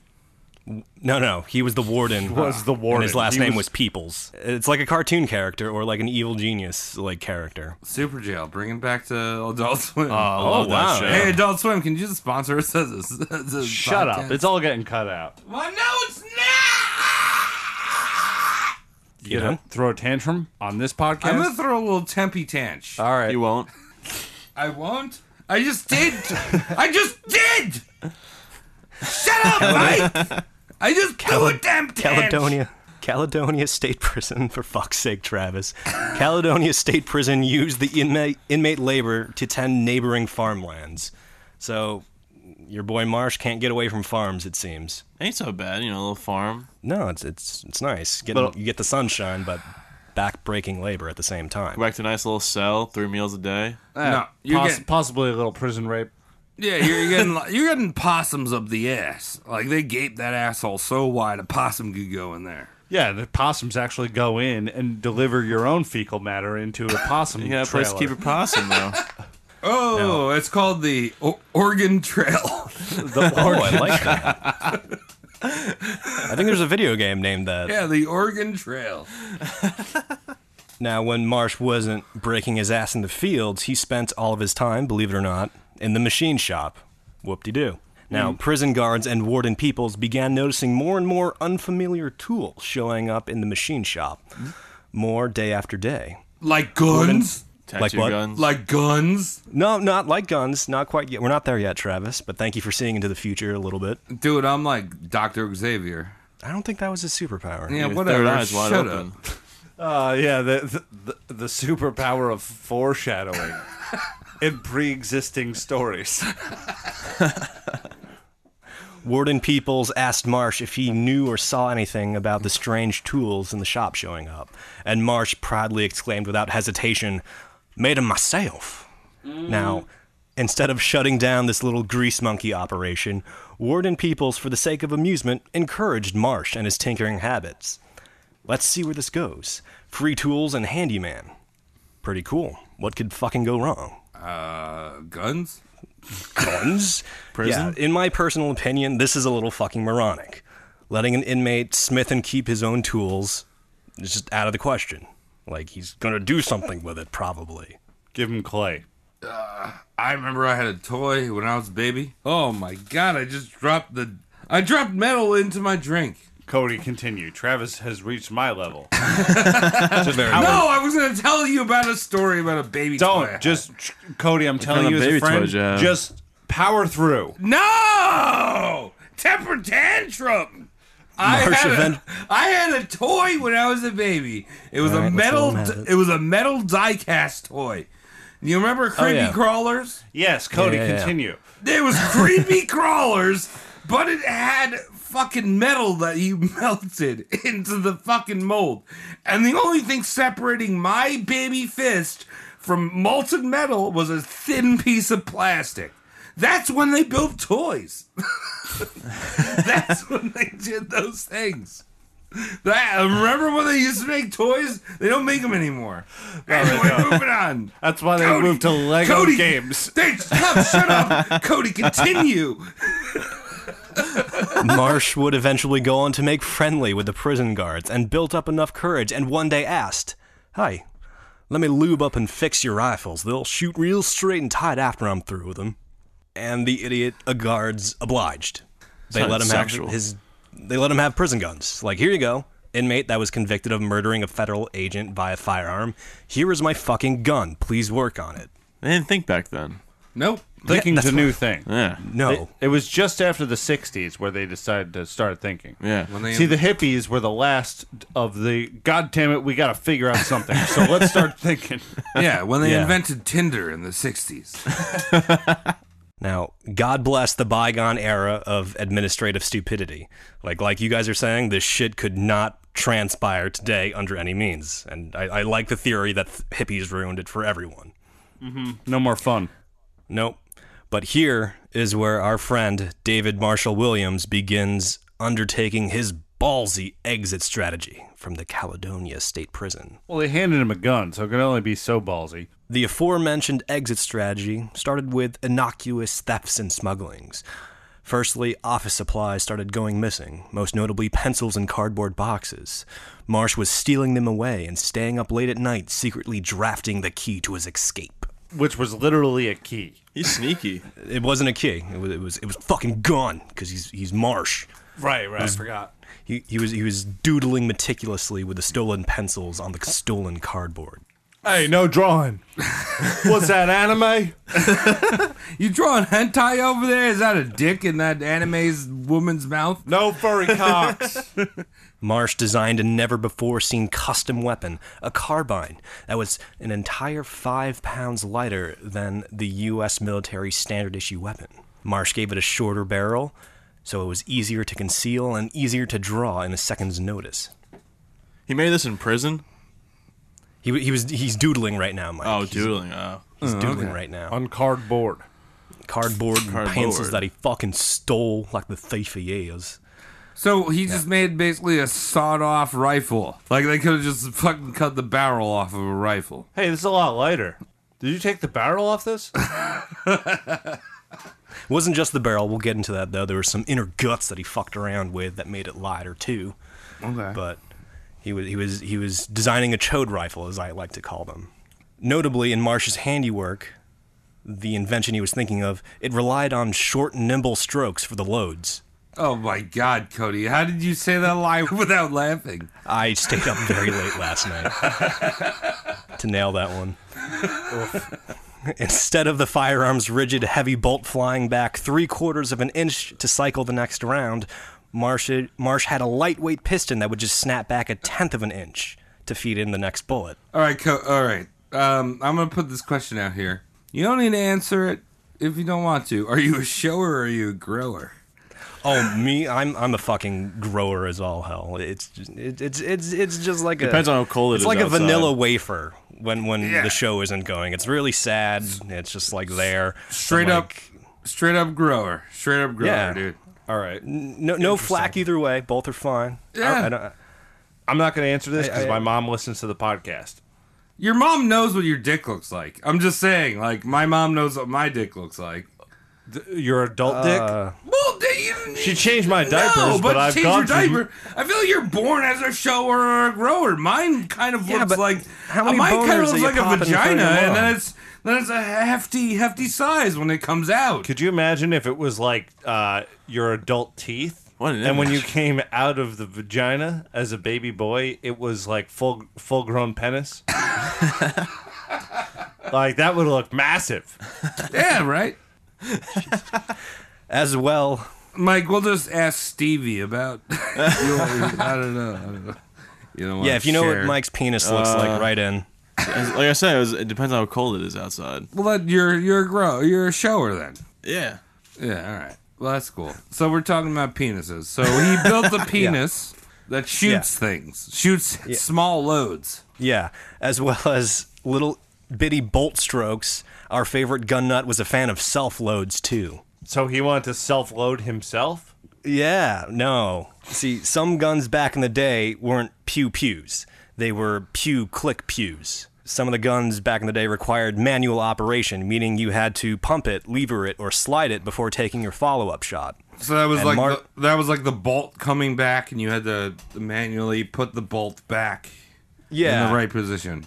S4: No, no, he was the warden.
S11: was the
S4: And his
S11: warden.
S4: last
S11: He
S4: name
S11: was-
S4: was Peoples. It's like a cartoon character or like an evil genius like character.
S2: Super Jail. Bring him back to Adult Swim.
S4: Oh, I love that show.
S2: Hey, Adult Swim, can you sponsor us? as a- as a
S11: Shut up.
S2: podcast?
S11: It's all getting cut out.
S2: Well, no, it's not.
S11: You know, throw a tantrum on this podcast.
S2: I'm gonna throw a little tempy tanch.
S11: All right. You
S7: won't.
S2: I won't. I just did. I just did. Shut up, Mike. I just threw a damn tanch.
S4: Caledonia. Caledonia State Prison, for fuck's sake, Travis. Caledonia State Prison used the inmate, inmate labor to tend neighboring farmlands. So, your boy Marsh can't get away from farms, it seems.
S7: Ain't so bad, you know, a little farm.
S4: No, it's it's it's nice. Getting,
S7: Little-
S4: you get the sunshine, but back-breaking labor at the same time.
S7: Back to a nice little cell, three meals a day.
S2: No, you're
S11: poss-
S2: getting-
S11: possibly a little prison rape.
S2: Yeah, you're getting li- you're getting possums up the ass. Like they gape that asshole so wide a possum could go in there.
S11: Yeah, the possums actually go in and deliver your own fecal matter into a possum.
S2: You got a place
S11: trailer.
S2: to keep a
S7: possum though.
S2: Oh, it's called the o- Oregon Trail.
S4: the oh, I like that. I think there's a video game named that.
S2: Yeah, the Oregon Trail.
S4: Now, when Marsh wasn't breaking his ass in the fields, he spent all of his time, believe it or not, in the machine shop. Whoop de doo. Now,
S1: Mm.
S4: prison guards and warden peoples began noticing more and more unfamiliar tools showing up in the machine shop, more day after day.
S2: Like guns?
S4: Warden- like
S2: Tattoo
S4: what?
S2: guns? Like guns?
S4: No, not like guns. Not quite yet. We're not there yet, Travis. But thank you for seeing into the future a little bit.
S2: Dude, I'm like Dr. Xavier.
S4: I don't think that was a superpower.
S2: Yeah, Your whatever. third eye's wide Shut open. up.
S11: Uh, yeah, the, the the the superpower of foreshadowing in pre-existing stories.
S4: Warden Peoples asked Marsh if he knew or saw anything about the strange tools in the shop showing up, and Marsh proudly exclaimed without hesitation, Made 'em myself. Now, instead of shutting down this little grease monkey operation, Warden Peoples, for the sake of amusement, encouraged Marsh and his tinkering habits. Let's see where this goes. Free tools and handyman. Pretty cool. What could fucking go wrong?
S2: Uh, guns?
S4: Guns?
S2: Prison?
S4: Yeah, in my personal opinion, this is a little fucking moronic. Letting an inmate smith and keep his own tools is just out of the question. Like, he's gonna do something with it, probably.
S11: Give him clay.
S2: I remember I had a toy when I was a baby. Oh my god, I just dropped the I dropped metal into my drink.
S11: Cody, continue. Travis has reached my level.
S2: no, I was gonna tell you about a story about a baby
S11: Don't
S2: toy.
S11: just Cody. I'm telling
S2: kind
S11: you,
S2: of
S11: as a
S2: baby
S11: friend,
S2: toy do you have?
S11: just power through.
S2: No temper tantrum. I
S11: Marsh
S2: had,
S11: event-
S2: a, I had a toy when I was a baby. It was a
S11: Alright, let's
S2: metal.
S11: let him have
S2: It. was a metal diecast toy. You remember creepy
S11: Oh, yeah.
S2: crawlers?
S11: Yes, Cody, Yeah, yeah, yeah. continue.
S2: There was creepy crawlers, but it had fucking metal that you melted into the fucking mold. And the only thing separating my baby fist from molten metal was a thin piece of plastic. That's when they built toys. That's when they did those things. That, remember when they used to make toys? They don't make them anymore. Anyway, moving on.
S11: That's why they moved to Lego
S2: Cody,
S11: games.
S2: They, stop, shut up, Cody. Continue.
S4: Marsh would eventually go on to make friendly with the prison guards and built up enough courage and one day asked, Hi, let me lube up and fix your rifles. They'll shoot real straight and tight after I'm through with them. And the idiot uh, guards obliged. They
S7: Sounds
S4: let him
S7: sexual.
S4: have his they let him have prison guns. Like, here you go. Inmate that was convicted of murdering a federal agent by a firearm. Here is my fucking gun. Please work on it.
S7: They didn't think back then.
S2: Nope.
S11: Thinking's
S4: that's
S11: a new
S4: why-
S11: thing.
S7: Yeah.
S4: No.
S11: It, it was just after the 60s where they decided to start thinking.
S7: Yeah. When they-
S11: See, the hippies were the last of the, God damn it, we got to figure out something. so let's start thinking.
S2: Yeah, when they
S4: Yeah.
S2: invented Tinder in the '60s.
S4: Now, God bless the bygone era of administrative stupidity. Like, like you guys are saying, this shit could not transpire today under any means. And I, I like the theory that hippies ruined it for everyone.
S11: No more fun.
S4: Nope. But here is where our friend David Marshall Williams begins undertaking his ballsy exit strategy from the Caledonia State Prison.
S11: Well, they handed him a gun, so it could only be so ballsy.
S4: The aforementioned exit strategy started with innocuous thefts and smugglings. Firstly, office supplies started going missing, most notably pencils and cardboard boxes. Marsh was stealing them away and staying up late at night, secretly drafting the key to his escape.
S11: Which was literally a key.
S4: He's sneaky. It wasn't a key. It was. It was, it was fucking gone because he's he's Marsh.
S11: Right, right.
S4: It
S11: I
S4: was-
S11: forgot.
S4: He, he was he was doodling meticulously with the stolen pencils on the stolen cardboard.
S11: Hey, no drawing. What's that anime?
S2: you drawing hentai over there? Is that a dick in that anime's woman's mouth?
S11: No furry cocks.
S4: Marsh designed a never before seen custom weapon, a carbine, that was an entire five pounds lighter than the U.S. military standard issue weapon. Marsh gave it a shorter barrel, so it was easier to conceal and easier to draw in a second's notice.
S7: He made this in prison.
S4: He, w- he was he's doodling right now, Mike.
S7: Oh,
S4: He's-
S7: doodling. Oh,
S4: he's
S7: Oh,
S4: doodling
S7: okay.
S4: right now
S11: on cardboard,
S4: cardboard, and
S7: Cardboard.
S4: pencils that he fucking stole like the thief he is.
S2: So he just made basically a sawed off rifle. Like they could have just fucking cut the barrel off of a rifle.
S11: Hey, this is a lot lighter. Did you take the barrel off this?
S4: It wasn't just the barrel. We'll get into that though. There were some inner guts that he fucked around with that made it lighter too.
S2: Okay.
S4: But he was he was he was designing a chode rifle, as I like to call them. Notably, in Marsh's handiwork, the invention he was thinking of it relied on short, nimble strokes for the loads.
S2: Oh my God, Cody! How did you say that lie without laughing?
S4: I stayed up very late last night to nail that one. Instead of the firearm's rigid, heavy bolt flying back three quarters of an inch to cycle the next round, Marsh, Marsh had a lightweight piston that would just snap back a tenth of an inch to feed in the next bullet.
S2: All right, Co- all right. Um, I'm gonna put this question out here. You don't need to answer it if you don't want to. Are you a shower or are you a grower?
S4: Oh, me? I'm I'm a fucking grower as all hell. It's just, it, it's it's it's just like
S7: Depends
S4: a,
S7: on how cold it
S4: it's
S7: is
S4: like
S7: outside.
S4: a vanilla wafer when when
S2: Yeah.
S4: the show isn't going. It's really sad. It's just like there.
S2: Straight
S4: I'm
S2: up, straight up grower. Straight up grower,
S4: Yeah.
S2: dude. All right.
S4: No, no flack either way. Both are fine.
S2: Yeah.
S4: I, I don't,
S11: I'm not going to answer this because
S2: I-
S11: my mom listens to the podcast.
S2: Your mom knows what your dick looks like. I'm just saying, like my mom knows what my dick looks like.
S11: your adult
S2: dick? Well, they, you,
S11: She changed my diapers,
S2: no,
S11: but,
S2: but,
S11: I've
S2: change your
S11: gone through-
S2: diaper. I feel like you're born as a shower or a grower. Mine kind of
S4: Yeah,
S2: looks
S4: but
S2: like
S4: how many
S2: mine kind
S4: boners
S2: of
S4: are
S2: looks
S4: you
S2: like a
S4: popping in front of
S2: vagina,
S4: your
S2: and
S4: mom?
S2: then it's then it's a hefty hefty size when it comes out.
S11: Could you imagine if it was like uh, your adult teeth?
S7: What an
S11: and when you
S7: image.
S11: came out of the vagina as a baby boy, it was like full full grown penis. like that would look massive.
S2: Yeah, right.
S4: As well,
S2: Mike, we'll just ask Stevie about. your, I don't know. I don't know. You don't
S4: yeah,
S2: wanna
S4: if you know
S2: share.
S4: what Mike's penis looks
S7: Uh,
S4: like, right in.
S7: As- like I said, it, was, it depends on how cold it is outside.
S2: Well, then you're you're a grow you're a shower then.
S7: Yeah.
S2: Yeah. All right. Well, that's cool. So we're talking about penises. So he built the penis that shoots things, shoots small loads.
S4: Yeah, as well as little bitty bolt strokes. Our favorite gun nut was a fan of self loads too.
S11: So he wanted to self load himself.
S4: Yeah, no. See, some guns back in the day weren't pew pews. They were pew click pews. Some of the guns back in the day required manual operation, meaning you had to pump it, lever it, or slide it before taking your follow up shot.
S2: So that was
S4: And
S2: like
S4: Mar-
S2: the, that was like the bolt coming back, and you had to manually put the bolt back. In
S4: Yeah.
S2: the right position.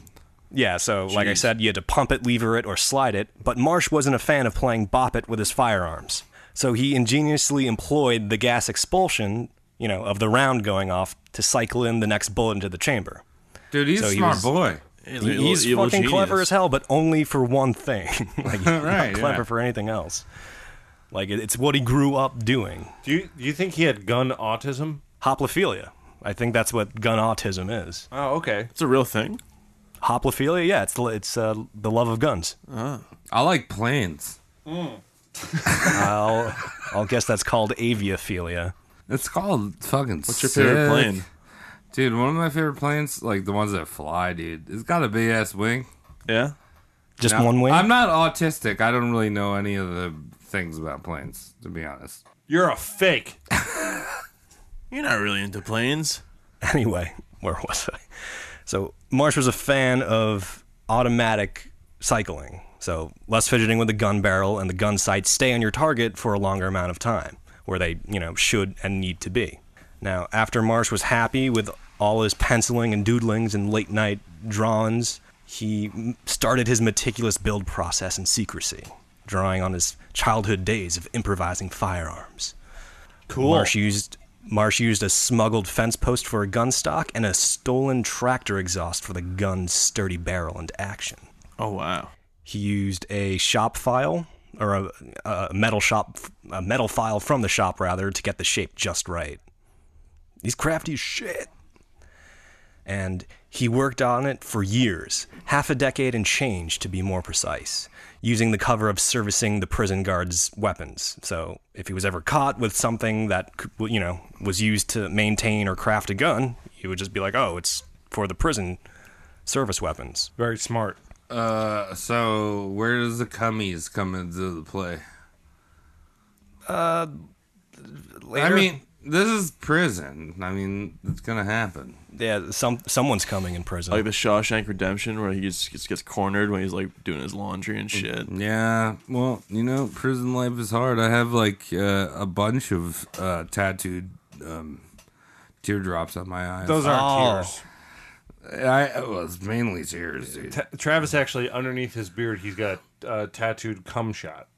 S4: Yeah, so like I said, you had to pump it, lever it, or slide it, but Marsh wasn't a fan of playing bop it with his firearms. So he ingeniously employed the gas expulsion, you know, of the round going off to cycle in the next bullet into the chamber.
S2: Dude, he's
S4: So
S2: a
S4: he
S2: smart
S4: was-
S2: boy.
S4: He- He's, fucking clever as hell, but only for one thing. like, he's
S2: Right,
S4: not clever
S2: yeah.
S4: for anything else. Like, it- it's what he grew up doing.
S11: Do you do you think he had gun autism?
S4: Hoplophilia. I think that's what gun autism is.
S11: Oh, okay.
S7: It's a real thing.
S4: Hoplophilia, yeah, it's the, it's uh, the love of guns.
S2: I like planes.
S4: I'll, I'll guess that's called aviophilia.
S2: It's called fucking.
S4: What's your favorite
S2: sick.
S4: plane?
S2: Dude, one of my favorite planes, like the ones that fly, dude. It's got a big ass wing.
S7: Yeah.
S4: Just one wing?
S2: I'm not autistic. I don't really know any of the things about planes, to be honest.
S11: You're a fake.
S7: You're not really into planes.
S4: Anyway, where was I? So Marsh was a fan of automatic cycling. So less fidgeting with the gun barrel and the gun sights stay on your target for a longer amount of time where they, you know, should and need to be. Now, after Marsh was happy with all his penciling and doodlings and late night drawings, he m- started his meticulous build process in secrecy, drawing on his childhood days of improvising firearms.
S11: Cool.
S4: Marsh used Marsh used a smuggled fence post for a gun stock and a stolen tractor exhaust for the gun's sturdy barrel into action.
S7: Oh wow!
S4: He used a shop file or a, a metal shop a metal file from the shop rather to get the shape just right. He's crafty as shit. And he worked on it for years, half a decade and change to be more precise, using the cover of servicing the prison guards' weapons. So if he was ever caught with something that, could- you know, was used to maintain or craft a gun, he would just be like, oh, it's for the prison service weapons.
S11: Very smart.
S2: Uh, so where does the cummies come into the play?
S4: Uh,
S2: I
S4: later-
S2: mean, this is prison. I mean, it's gonna happen.
S4: Yeah, some someone's coming in prison.
S7: Like the Shawshank Redemption, where he just gets, gets cornered when he's like doing his laundry and shit.
S2: Yeah, well, you know, prison life is hard. I have like uh, a bunch of uh, tattooed um, teardrops on my eyes.
S11: Those
S7: Oh.
S11: aren't
S2: tears. I it was mainly tears, dude.
S11: Ta- Travis actually, underneath his beard, he's got uh, tattooed cum shot.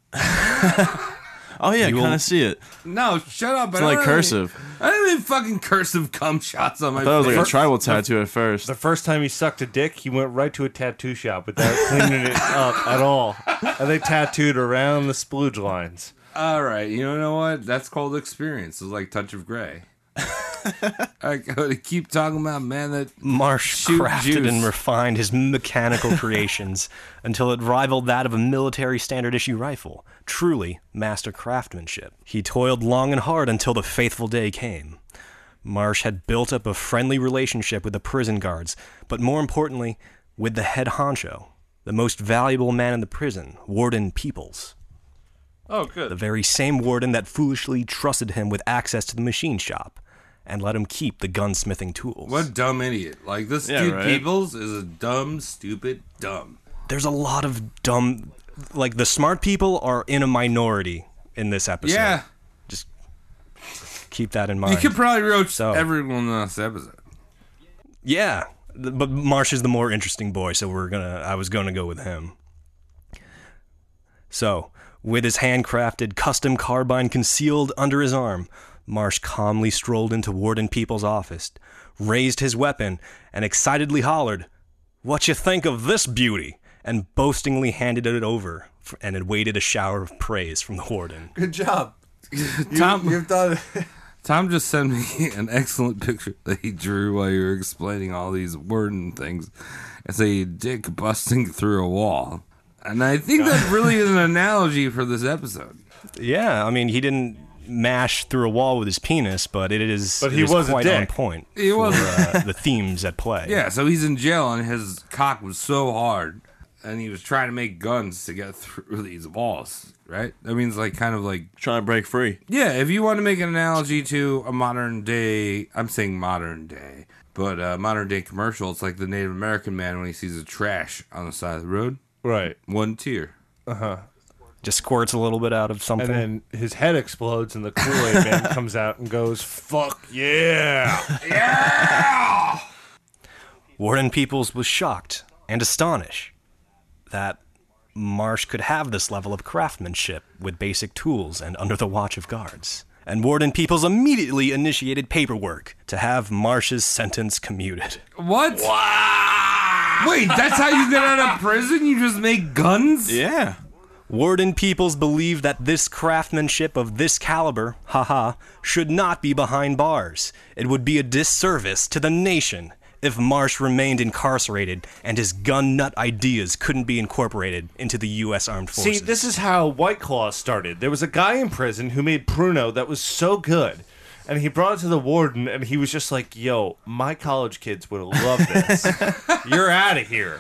S7: Oh yeah,
S11: You will-
S7: kind of see it.
S2: No, shut up!
S7: It's
S2: I don't
S7: like
S2: have
S7: cursive.
S2: Any, I don't have any fucking cursive cum shots on my.
S7: I thought it was like a
S2: face.
S7: tribal tattoo at first.
S11: The first time he sucked a dick, he went right to a tattoo shop without cleaning it up at all. And they tattooed around the splooge lines.
S2: All right, you know what? That's called experience. It's like touch of gray. I gotta keep talking about man that
S4: Marsh
S2: shoot
S4: crafted
S2: juice.
S4: and refined his mechanical creations until it rivaled that of a military standard issue rifle. Truly master craftsmanship. He toiled long and hard until the faithful day came. Marsh had built up a friendly relationship with the prison guards, but more importantly, with the head honcho, the most valuable man in the prison, Warden Peoples.
S11: Oh, good.
S4: The very same warden that foolishly trusted him with access to the machine shop and let him keep the gunsmithing tools.
S2: What dumb idiot! Like this
S4: Yeah,
S2: dude
S4: right.
S2: Peoples is a dumb, stupid, dumb.
S4: there's a lot of dumb like the smart people are in a minority in this episode.
S2: Yeah.
S4: Just keep that in mind.
S2: You could probably roach
S4: So-
S2: everyone on this episode.
S4: Yeah. th- But Marsh is the more interesting boy, so we're gonna I was gonna go with him. So, with his handcrafted custom carbine concealed under his arm, Marsh calmly strolled into Warden People's office, raised his weapon, and excitedly hollered, What you think of this beauty? and boastingly handed it over f- and had waited a shower of praise from the warden.
S1: Good job.
S2: Tom,
S1: you, have done.
S2: Tom just sent me an excellent picture that he drew while you were explaining all these word and things. It's a dick busting through a wall. And I think that really is an analogy for this episode.
S4: Yeah, I mean, he didn't mash through a wall with his penis, but it is
S2: But
S4: it
S2: he
S4: is
S2: was a
S4: quite on
S2: dick.
S4: point
S2: He
S4: for
S2: was a-
S4: uh, the themes at play.
S2: Yeah, so he's in jail and his cock was so hard and he was trying to make guns to get through these walls, right? That means like kind of like
S7: trying to break free.
S2: Yeah, if you want to make an analogy to a modern day, I'm saying modern day, but uh, modern day commercial, it's like the Native American man when he sees a trash on the side of the road.
S11: Right.
S2: One tear.
S11: Uh huh.
S4: Just squirts a little bit out of something.
S11: And then his head explodes, and the Kool Aid Man comes out and goes, "Fuck yeah, yeah!"
S4: Warden Peoples was shocked and astonished that Marsh could have this level of craftsmanship with basic tools and under the watch of guards. And Warden Peoples immediately initiated paperwork to have Marsh's sentence commuted.
S2: What? Wait, that's how you get out of prison? You just make guns?
S4: Yeah. Warden Peoples believed that this craftsmanship of this caliber, haha, should not be behind bars. It would be a disservice to the nation if Marsh remained incarcerated and his gun nut ideas couldn't be incorporated into the U.S. Armed Forces.
S11: See, this is how White Claw started. There was a guy in prison who made Pruno that was so good, and he brought it to the warden, and he was just like, "Yo, my college kids would love this. You're out of here."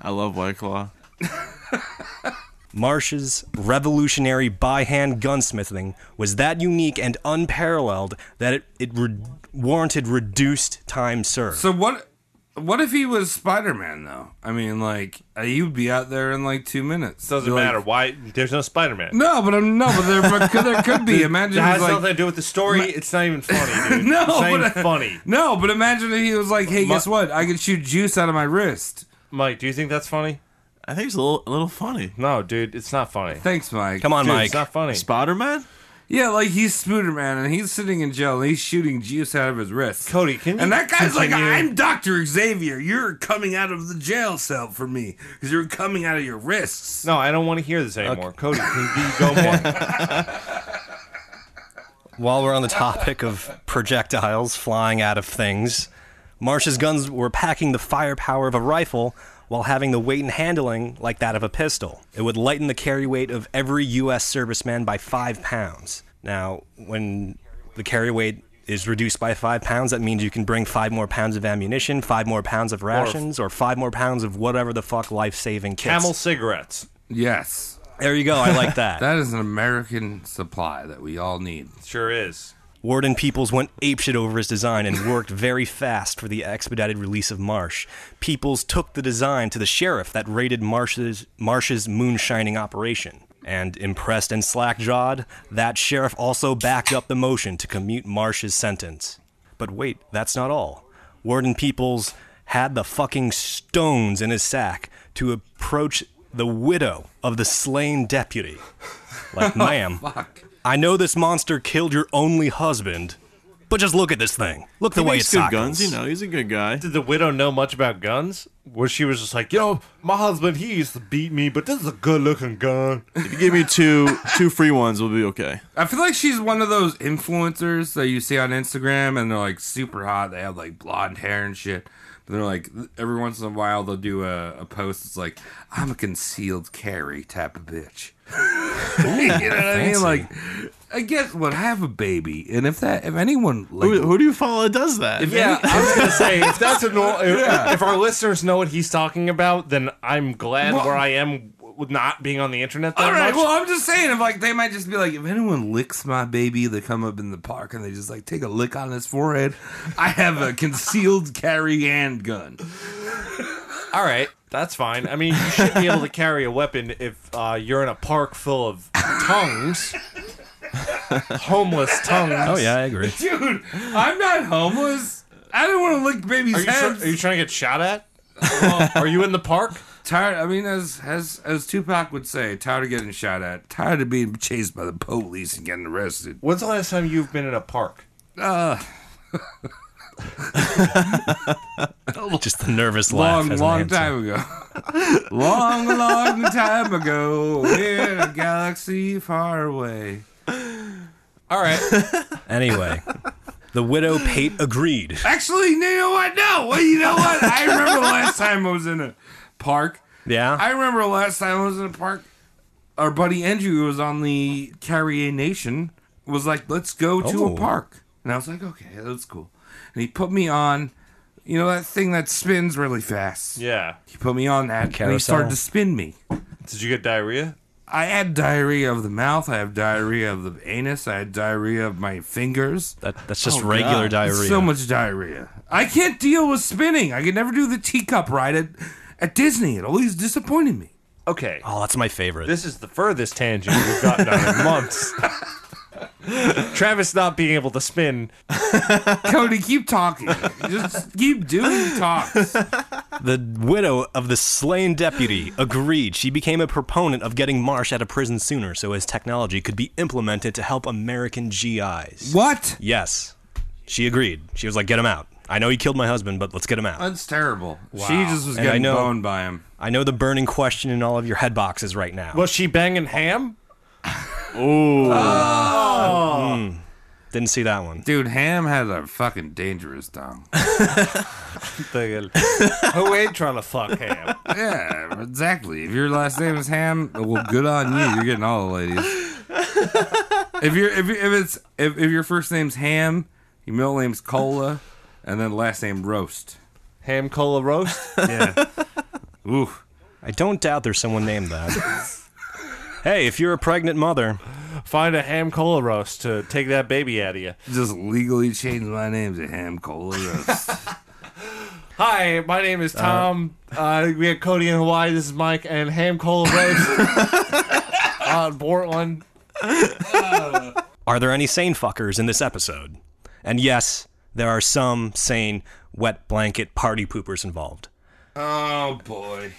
S7: I love White Claw.
S4: Marsh's revolutionary by hand gunsmithing was that unique and unparalleled that it, it re- warranted reduced time served.
S2: So what? What if he was Spider Man though? I mean, like uh, you'd be out there in like two minutes.
S1: Doesn't
S2: You're like-
S1: matter. Why? There's no Spider Man.
S2: no, but I'm no, but there, but could, there could be. Imagine
S1: that
S2: he's
S1: has
S2: like,
S1: nothing to do with the story. it's not even funny. Dude.
S2: no,
S1: it's not even
S2: but-
S1: funny.
S2: No, but imagine if he was like, hey, guess what? I can shoot juice out of my wrist.
S1: Mike, do you think that's funny?
S7: I think it's a little, a little funny.
S1: No, dude, it's not funny.
S2: Thanks, Mike.
S4: Come on,
S2: Dude,
S4: Mike.
S2: it's not
S1: funny.
S7: Spider Man?
S2: Yeah, like he's Spooder Man and he's sitting in jail and he's shooting juice out of his wrist.
S1: Cody, can
S2: And
S1: you
S2: that guy's like,
S1: continue?
S2: I'm Dr. Xavier. You're coming out of the jail cell for me because you're coming out of your wrists.
S1: No, I don't want to hear this anymore. Cody, can you go more?
S4: While we're on the topic of projectiles flying out of things, Marsh's guns were packing the firepower of a rifle while having the weight and handling like that of a pistol. It would lighten the carry weight of every U.S. serviceman by five pounds. Now, when the carry weight is reduced by five pounds, that means you can bring five more pounds of ammunition, five more pounds of rations, or five more pounds of whatever the fuck life saving kits.
S1: Camel cigarettes.
S2: Yes.
S4: There you go. I like that.
S2: that is an American supply that we all need.
S1: Sure is.
S4: Warden Peoples went apeshit over his design and worked very fast for the expedited release of Marsh. Peoples took the design to the sheriff that raided Marsh's, Marsh's moonshining operation. And impressed and slack jawed, that sheriff also backed up the motion to commute Marsh's sentence. But wait, that's not all. Warden Peoples had the fucking stones in his sack to approach the widow of the slain deputy.
S7: Oh,
S4: Like, ma'am, I know this monster killed your only husband, but just look at this thing. Look the
S7: He
S4: way
S7: makes
S4: it's
S7: good guns, you know. He's a good guy.
S1: Did the widow know much about guns? Where she was just like, you know, my husband, he used to beat me, but this is a good looking gun.
S7: If you give me two two free ones, we'll be okay.
S2: I feel like she's one of those influencers that you see on Instagram and they're like super hot. They have like blonde hair and shit. But they're like, every once in a while, they'll do a, a post that's like, I'm a concealed carry type of bitch. you know what I mean?
S7: fancy.
S2: Like, I guess what have a baby, and if that if anyone like,
S7: Who, who do you follow that does that?
S2: If
S1: Yeah,
S2: any-
S1: I was gonna say if that's a normal, if,
S2: Yeah.
S1: if our listeners know what he's talking about, then I'm glad
S2: Well-
S1: where I am w- with not being on the internet. That
S2: all
S1: much.
S2: right, well, I'm just saying, if like they might just be like, if anyone licks my baby, they come up in the park and they just like take a lick on his forehead. I have a concealed carry handgun.
S1: all right, that's fine. I mean, you should be able to carry a weapon if uh, you're in a park full of tongues, homeless tongues.
S4: Oh, yeah, I agree.
S2: Dude, I'm not homeless. I don't want to lick babies'
S1: Are you, try-
S2: heads.
S1: are you trying to get shot at? Well, are you in the park?
S2: Tired. I mean, as as as Tupac would say, tired of getting shot at, tired of being chased by the police and getting arrested.
S1: When's the last time you've been in a park?
S2: Uh,
S4: Just the nervous laugh.
S2: long,
S4: as an
S2: long
S4: answer.
S2: time ago. long, long time ago, in a galaxy far away.
S1: All right.
S4: Anyway, the widow Pate agreed.
S2: Actually, you know what? No. Well, you know what? I remember last time I was in a park.
S4: Yeah?
S2: I remember last time I was in a park. Our buddy Andrew, who was on the Carrier Nation, was like, "Let's go to
S4: Oh.
S2: a park," and I was like, "Okay, that's cool." And he put me on, you know, that thing that spins really fast.
S1: Yeah.
S2: He put me on that, and he started
S1: Carousel.
S2: to spin me.
S1: Did you get diarrhea?
S2: I had diarrhea of the mouth. I have diarrhea of the anus. I had diarrhea of my fingers.
S4: That, that's just
S7: Oh,
S4: regular diarrhea.
S2: So much diarrhea. I can't deal with spinning. I could never do the teacup ride at, at Disney. It always disappointed me.
S1: Okay.
S4: Oh, that's my favorite.
S1: This is the furthest tangent we've gotten on in months. Travis not being able to spin.
S2: Cody, keep talking. Just keep doing talks.
S4: The widow of the slain deputy agreed. She became a proponent of getting Marsh out of prison sooner so his technology could be implemented to help American GIs.
S2: What?
S4: Yes. She agreed. She was like, get him out. I know he killed my husband, but let's get him out.
S2: That's terrible. She just was
S4: And I
S2: getting
S4: know-
S2: boned by him.
S4: I know the burning question in all of your head boxes right now.
S1: Was she banging ham?
S4: Ooh. Didn't see that one.
S2: Dude, Ham had a fucking dangerous tongue.
S1: Thinking, Who ain't trying to fuck ham?
S2: yeah, exactly. If your last name is Ham, well, good on you. You're getting all the ladies. If you're if, you- if it's if, if your first name's Ham, your middle name's Cola, and then last name Roast.
S1: Ham cola roast?
S2: Yeah. Ooh.
S4: I don't doubt there's someone named that. Hey, if you're a pregnant mother,
S11: find a ham cola roast to take that baby out of you.
S2: Just legally change my name to Ham Cola Roast.
S11: Hi, my name is Tom. Uh, we have Cody in Hawaii. This is Mike and Ham Cola Roast Uh, on Portland.
S4: Are there any sane fuckers in this episode? And yes, there are some sane wet blanket party poopers involved.
S2: oh boy.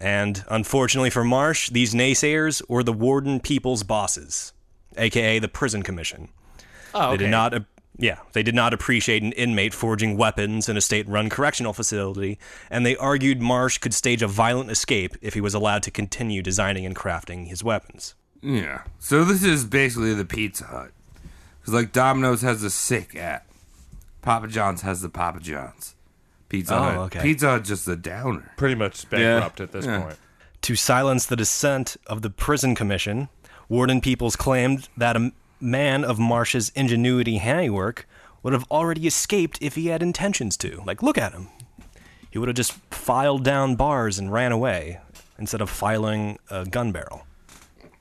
S4: And unfortunately for Marsh, these naysayers were the warden people's bosses, aka the prison commission.
S11: Oh,
S4: They
S11: okay.
S4: did not ap- yeah, they did not appreciate an inmate forging weapons in a state-run correctional facility, and they argued Marsh could stage a violent escape if he was allowed to continue designing and crafting his weapons.
S2: Yeah. So this is basically the Pizza Hut. Because, like, Domino's has the sick app. Papa John's has the Papa John's. Pizza
S4: Oh,
S2: Hut.
S4: okay.
S2: Pizza Hut just a downer.
S11: Pretty much bankrupt at this
S4: Yeah. To silence the dissent of the prison commission, Warden Peoples claimed that a m- man of Marsh's ingenuity handiwork would have already escaped if he had intentions to. Like, look at him. He would have just filed down bars and ran away instead of filing a gun barrel.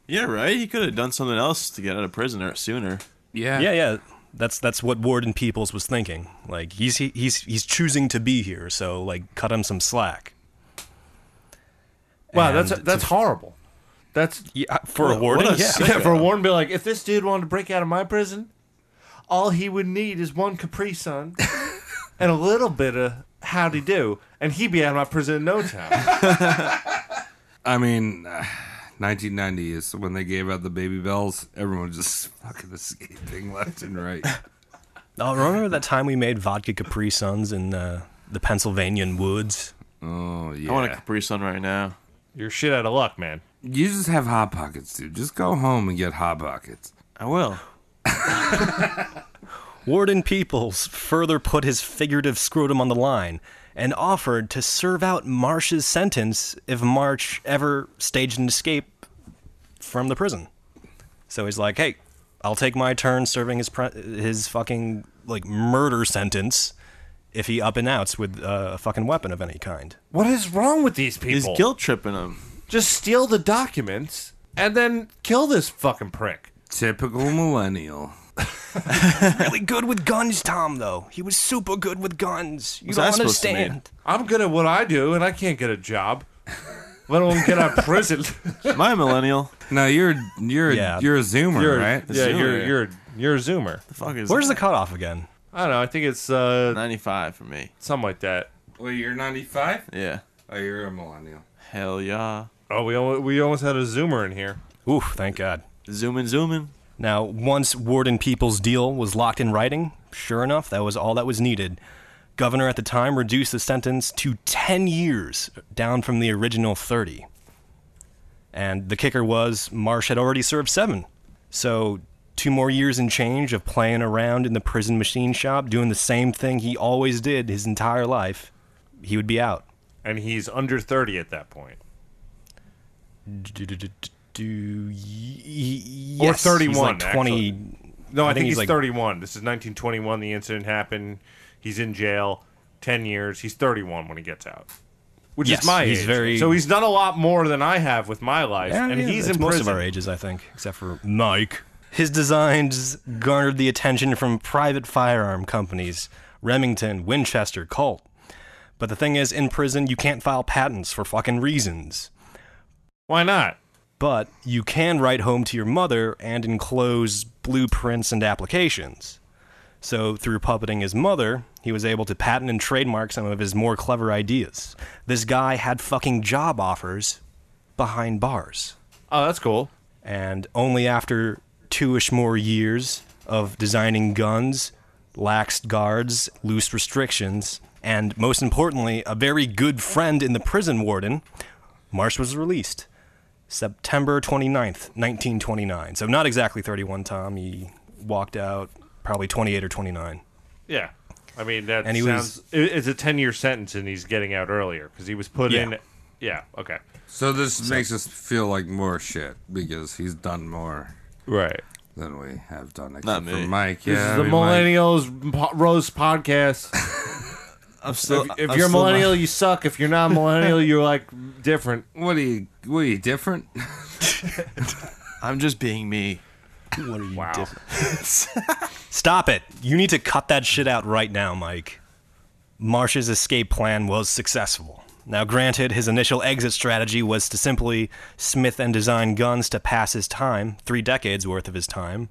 S7: Yeah, right. He could have done something else to get out of prison or- sooner.
S4: Yeah, yeah. That's that's what Warden Peoples was thinking. Like he's he, he's he's choosing to be here, so like cut him some slack.
S11: Wow, that's
S4: And-
S11: that's horrible. That's
S4: yeah, Uh, for a warden, yeah.
S11: yeah, for a warden, be like, if this dude wanted to break out of my prison, all he would need is one Capri Sun and a little bit of howdy do, and he'd be out of my prison in no time.
S2: I mean, uh, 1990 is when they gave out the baby bells. Everyone just fucking escaping left and right.
S4: Oh, remember that time we made vodka Capri Suns in uh, the Pennsylvanian woods?
S2: Oh yeah.
S7: I want a Capri Sun right now.
S11: You're shit out of luck, man.
S2: You just have Hot Pockets, dude. Just go home and get Hot Pockets.
S7: I will.
S4: Warden Peoples further put his figurative scrotum on the line and offered to serve out Marsh's sentence if Marsh ever staged an escape from the prison. So he's like, "Hey, I'll take my turn serving his pre- his fucking like murder sentence if he up and outs with uh, a fucking weapon of any kind."
S11: What is wrong with these people?
S4: He's guilt tripping him.
S11: Just steal the documents and then kill this fucking prick.
S2: Typical millennial.
S4: really good with guns, Tom. Though he was super good with guns. You don't understand.
S11: I'm good at what I do, and I can't get a job. Let alone get out of prison.
S7: My millennial.
S2: No, you're you're
S11: Yeah.
S2: you're a zoomer,
S11: You're-
S2: right?
S11: yeah, you're- you're- You're a zoomer. The
S7: fuck is
S4: Where's the cutoff again?
S11: I don't know. I think it's uh,
S7: 95 for me.
S11: Something like that.
S2: Well, you're 95.
S7: Yeah.
S2: Oh, you're a millennial.
S7: Hell yeah.
S11: Oh, we almost, we almost had a zoomer in here.
S4: Ooh, thank God.
S7: Zooming, zooming.
S4: Now, once Warden People's deal was locked in writing, sure enough, that was all that was needed. Governor at the time reduced the sentence to 10 years, down from the original 30. And the kicker was Marsh had already served seven. So, two more years and change of playing around in the prison machine shop, doing the same thing he always did his entire life, he would be out.
S11: And he's under 30 at that point.
S4: Do, do, do, do,
S11: Or
S4: yes,
S11: 31.
S4: He's like 20.
S11: actually. No, I, think, he's,
S4: like
S11: 31. This is 1921. The incident happened. He's in jail 10 years. He's 31 when he gets out, which
S4: Yes,
S11: is my
S4: he's
S11: age.
S4: very-
S11: So he's done a lot more than I have with my life.
S4: Yeah,
S11: and
S4: yeah,
S11: he's
S4: that's
S11: in
S4: most
S11: prison.
S4: of our ages, I think, except for Mike. His designs garnered the attention from private firearm companies, Remington, Winchester, Colt. But the thing is, in prison, you can't file patents for fucking reasons.
S11: Why not?
S4: But you can write home to your mother and enclose blueprints and applications. So, through puppeting his mother, he was able to patent and trademark some of his more clever ideas. This guy had fucking job offers behind bars.
S11: Oh, that's cool.
S4: And only after two ish more years of designing guns, lax guards, loose restrictions, and most importantly, a very good friend in the prison warden, Marsh was released September 29th, 1929. So, not exactly 31, Tom. He walked out probably 28 or 29.
S11: Yeah. I mean, that
S4: And he
S11: sounds.
S4: was-
S11: it- It's a 10 year sentence, and he's getting out earlier because he was put
S4: Yeah.
S11: in. Yeah, okay.
S2: So this makes us feel like more shit because he's done more,
S11: right,
S2: than we have done. Except
S7: Not
S2: for
S7: me.
S2: Mike.
S11: This
S2: yeah,
S11: is the
S2: I mean, Mike-
S11: Millennials po- Rose podcast.
S7: I'm still-
S11: If, if
S7: I'm
S11: you're
S7: still not-
S11: millennial, you suck. If you're not millennial, you're like different.
S2: What are you? What are you different?
S7: I'm just being me. What
S4: are you wow. Stop it. You need to cut that shit out right now, Mike. Marsh's escape plan was successful. Now, granted, his initial exit strategy was to simply smith and design guns to pass his time, three decades worth of his time,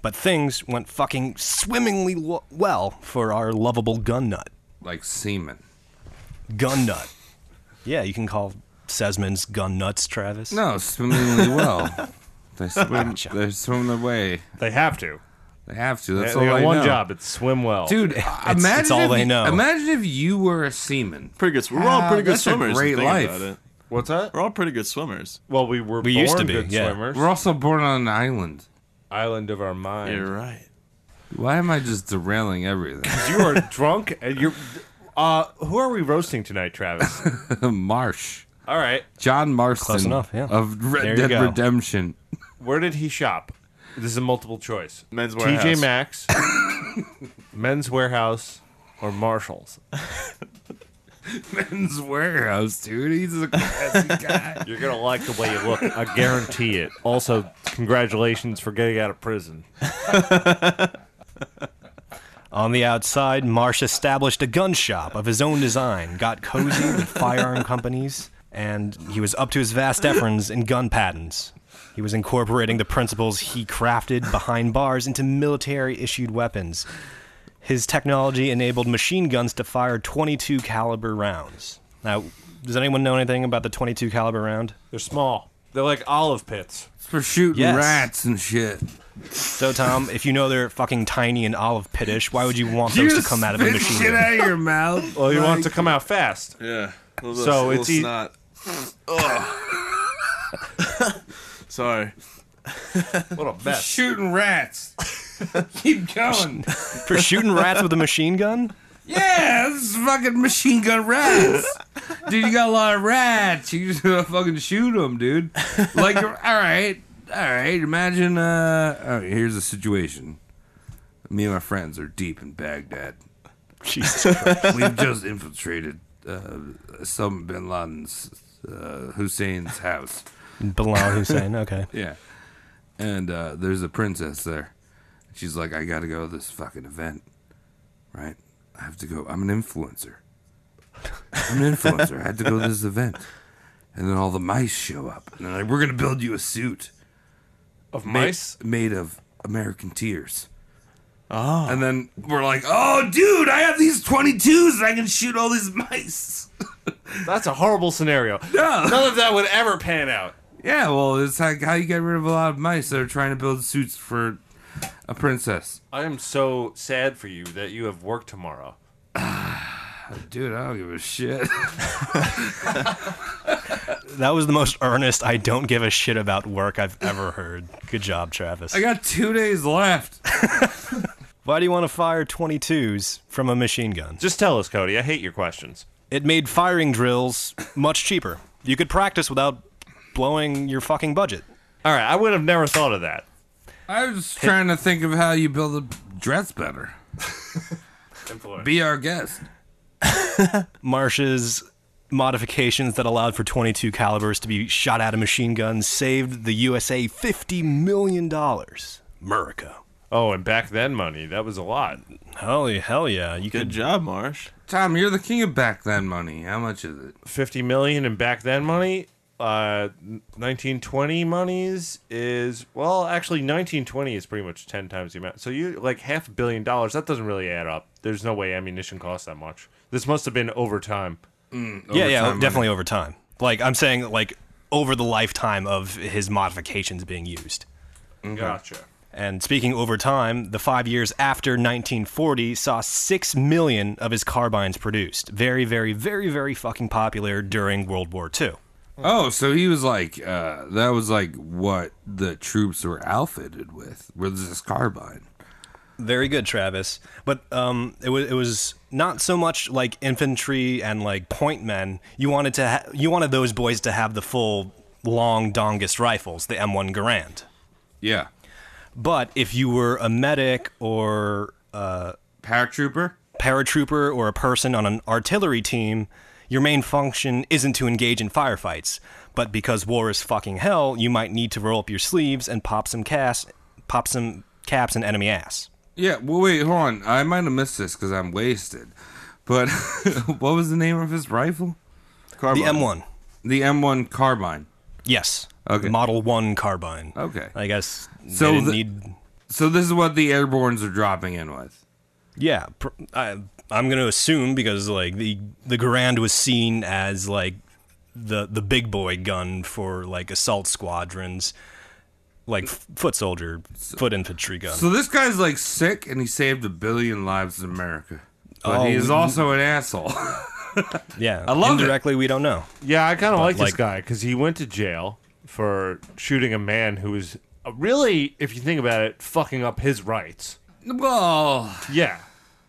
S4: but things went fucking swimmingly w- well for our lovable gun nut.
S2: Like semen.
S4: Gun nut. Yeah, you can call Sesman's gun nuts, Travis.
S2: No, swimmingly well. They swim. they swim their way.
S11: They have to.
S2: They have to. That's
S11: They-
S2: all
S11: they got
S2: I
S11: one
S2: know.
S11: job, it's swim well.
S2: dude.
S11: It's-
S2: imagine
S11: it's all
S2: if
S11: they
S2: you-
S11: know.
S2: Imagine if you were a seaman.
S7: Pretty good. We're all
S2: Ah,
S7: pretty good
S2: that's a
S7: swimmers. if you
S2: Great
S7: think
S2: life.
S7: about it.
S11: What's that?
S7: We're all pretty good swimmers.
S11: Well, we were. born good swimmers.
S2: We're also born on an island.
S11: Island of our mind.
S7: You're right.
S2: Why am I just derailing everything?
S11: You are drunk and you're. Uh, who are we roasting tonight, Travis?
S2: Marsh.
S11: All right.
S2: John Marston
S11: Close enough, yeah.
S2: of
S11: There
S2: Red
S11: you
S2: Dead
S11: go.
S2: Redemption.
S11: Where did he shop? This is a multiple choice.
S7: Men's
S11: TJ
S7: Warehouse.
S11: Maxx, Men's Warehouse, or Marshalls.
S2: Men's Warehouse, dude. He's a classy guy.
S11: You're gonna like the way you look. I guarantee it. Also, congratulations for getting out of prison.
S4: On the outside, Marsh established a gun shop of his own design, got cozy with firearm companies, and he was up to his vast efforts in gun patents. He was incorporating the principles he crafted behind bars into military issued weapons. His technology enabled machine guns to fire 22 caliber rounds. Now, does anyone know anything about the 22 caliber round?
S11: They're small. They're like olive pits.
S2: It's for shooting
S4: Yes.
S2: rats and shit.
S4: So, Tom, if you know they're fucking tiny and olive pitish, why would you want those to come out of a machine gun?
S2: out of your mouth.
S11: Well, you want it to come out fast.
S7: Yeah. A little,
S11: So
S7: a little
S11: it's e-
S7: snot. Ugh. Sorry.
S11: What a
S2: mess. Shooting rats. Keep going.
S4: For shooting rats with a machine gun?
S2: Yeah, this is fucking machine gun rats. dude, you got a lot of rats. You just gonna fucking shoot them, dude. Like, all right, all right. Imagine, uh, all right, here's the situation. Me and my friends are deep in Baghdad.
S4: Jesus
S2: Christ. We've just infiltrated uh, some bin Laden's, uh, Hussein's house.
S4: Bilal Hussein, okay.
S2: Yeah. And uh, there's a princess there. She's like, I gotta go to this fucking event. Right? I have to go. I'm an influencer. I'm an influencer. I had to go to this event. And then all the mice show up. And they're like, we're gonna build you a suit.
S11: Of
S2: ma-
S11: mice?
S2: Made of American tears. Oh. And then we're like, oh, dude, I have these 22s. I can shoot all these mice.
S11: That's a horrible scenario.
S2: No.
S11: None of that would ever pan out.
S2: Yeah, well, it's like how you get rid of a lot of mice that are trying to build suits for a princess.
S11: I am so sad for you that you have work tomorrow.
S2: Dude, I don't give a shit.
S4: That was the most earnest I don't give a shit about work I've ever heard. Good job, Travis.
S2: I got two days left.
S4: Why do you want to fire 22s from a machine gun?
S11: Just tell us, Cody. I hate your questions.
S4: It made firing drills much cheaper. You could practice without blowing your fucking budget.
S11: All right, I would have never thought of that.
S2: I was trying to think of how you build a dress better. Be our guest.
S4: Marsh's modifications that allowed for 22 calibers to be shot out of machine guns saved the USA 50 million dollars. America.
S11: Oh, and back then money, that was a lot.
S4: Hell, yeah- hell yeah. You
S7: Good
S4: could
S7: job, Marsh.
S2: Tom, you're the king of back then money. How much is it?
S11: 50 million in back then money, uh 1920 monies is well, actually 1920 is pretty much 10 times the amount. So you like half a billion dollars, that doesn't really add up. There's no way ammunition costs that much. This must have been over time.
S4: yeah, yeah,
S2: Overtime
S4: definitely over time. Like I'm saying, like over the lifetime of his modifications being used.
S11: Gotcha.
S4: And speaking over time, the five years after 1940 saw six million of his carbines produced. Very, very, very, very fucking popular during World War II.
S2: Oh, so he was like, uh, that was like what the troops were outfitted with, with this carbine.
S4: Very good, Travis. But um, it was it was not so much like infantry and like point men. You wanted to ha- you wanted those boys to have the full long Dongus rifles, the M1 Garand.
S2: Yeah.
S4: But if you were a medic or a
S2: Paratrooper?
S4: paratrooper or a person on an artillery team, your main function isn't to engage in firefights, but because war is fucking hell, you might need to roll up your sleeves and pop some cas- pop some caps in enemy ass.
S2: Yeah, well, wait, hold on. I might have missed this because I'm wasted. But what was the name of his rifle?
S4: The M1.
S2: The M1 carbine.
S4: Yes.
S2: Okay.
S4: Model 1 carbine.
S2: Okay.
S4: I guess
S2: So
S4: so they didn't
S2: the-
S4: need
S2: So this is what the airbornes are dropping in with.
S4: Yeah, pr- I, I'm going to assume because like the the Garand was seen as like the the big boy gun for like assault squadrons, like f- foot soldier, foot infantry gun.
S2: So this guy's like sick and he saved a billion lives in America. But he
S4: Oh,
S2: is
S4: we-
S2: also an asshole.
S4: yeah,
S2: I love it.
S4: indirectly we don't know.
S11: Yeah, I kind of
S4: But,
S11: like, this
S4: like-
S11: guy because he went to jail for shooting a man who was uh, really, if you think about it, fucking up his rights.
S2: Well,
S11: yeah,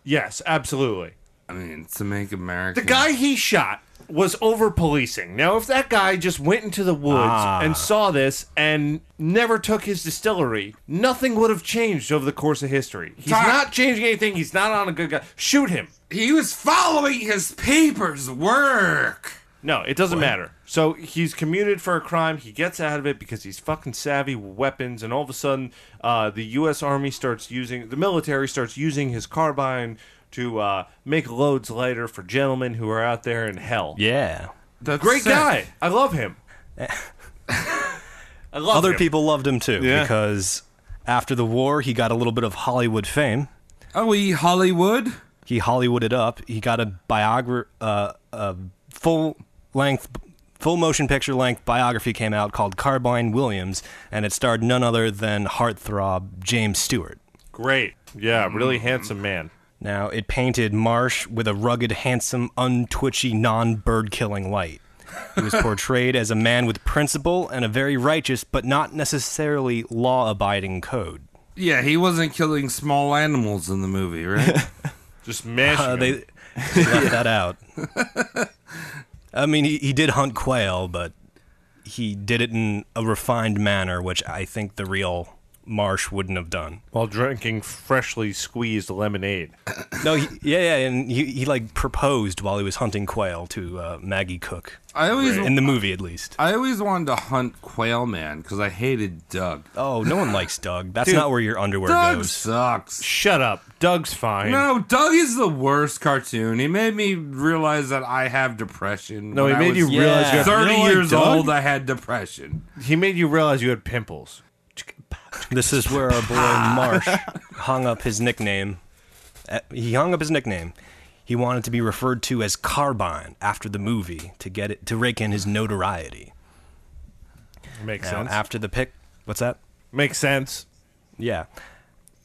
S11: yes, absolutely.
S2: I mean, to make America
S11: The guy he shot was over policing. Now, if that guy just went into the woods
S2: Ah.
S11: and saw this and never took his distillery, nothing would have changed over the course of history. He's not changing anything. He's not on a good guy. Shoot him.
S2: He was following his paper's work.
S11: No, it doesn't matter. So he's commuted for a crime. He gets out of it because he's fucking savvy with weapons, and all of a sudden, uh, the U.S. Army starts using the military starts using his carbine to uh, make loads lighter for gentlemen who are out there in hell.
S4: Yeah,
S2: That's
S11: great
S4: sick.
S11: guy. I love him. I love
S4: Other
S11: him.
S4: people loved him too
S11: Yeah.
S4: because after the war he got a little bit of Hollywood fame.
S2: Oh, he Hollywood.
S4: He Hollywooded up. He got a biogra- uh, a full length, full motion picture length biography came out called Carbine Williams, and it starred none other than heartthrob James Stewart.
S11: Great. Yeah, really handsome man.
S4: Now it painted Marsh with a rugged, handsome, untwitchy, non-bird killing light. He was portrayed as a man with principle and a very righteous, but not necessarily law-abiding code.
S2: Yeah, he wasn't killing small animals in the movie, right?
S11: Just mashing.
S4: Uh, they, they left that out. I mean, he, he did hunt quail, but he did it in a refined manner, which I think the real Marsh wouldn't have done.
S11: While drinking freshly squeezed lemonade.
S4: No, he, yeah, yeah, and he, he like proposed while he was hunting quail to uh, Maggie Cook.
S2: I always-
S4: in the movie at least.
S2: I always wanted to hunt Quail Man because I hated Doug.
S4: Oh, no one likes Doug. That's
S2: Dude,
S4: not where your underwear
S2: Doug
S4: goes.
S2: sucks.
S11: Shut up. Doug's fine.
S2: No, Doug is the worst cartoon. He made me realize that I have depression.
S11: No, he
S2: When I
S11: made you
S2: was
S11: realize you have-
S2: thirty
S11: You don't like
S2: years
S11: Doug?
S2: old. I had depression.
S11: He made you realize you had pimples.
S4: This is where our boy Marsh hung up his nickname. Uh, He hung up his nickname. He wanted to be referred to as Carbine after the movie to get it to rake in his notoriety.
S11: Makes
S4: Now,
S11: sense.
S4: After the pic, what's that?
S11: Makes sense.
S4: Yeah.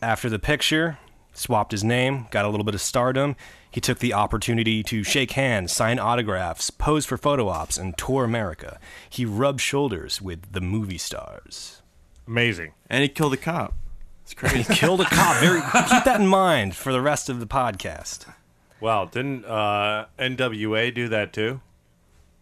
S4: After the picture, swapped his name, got a little bit of stardom. He took the opportunity to shake hands, sign autographs, pose for photo ops, and tour America. He rubbed shoulders with the movie stars.
S11: Amazing.
S7: And he killed a cop. It's
S4: crazy. he killed a cop. Very keep that in mind for the rest of the podcast.
S11: Wow, didn't uh, NWA do that too?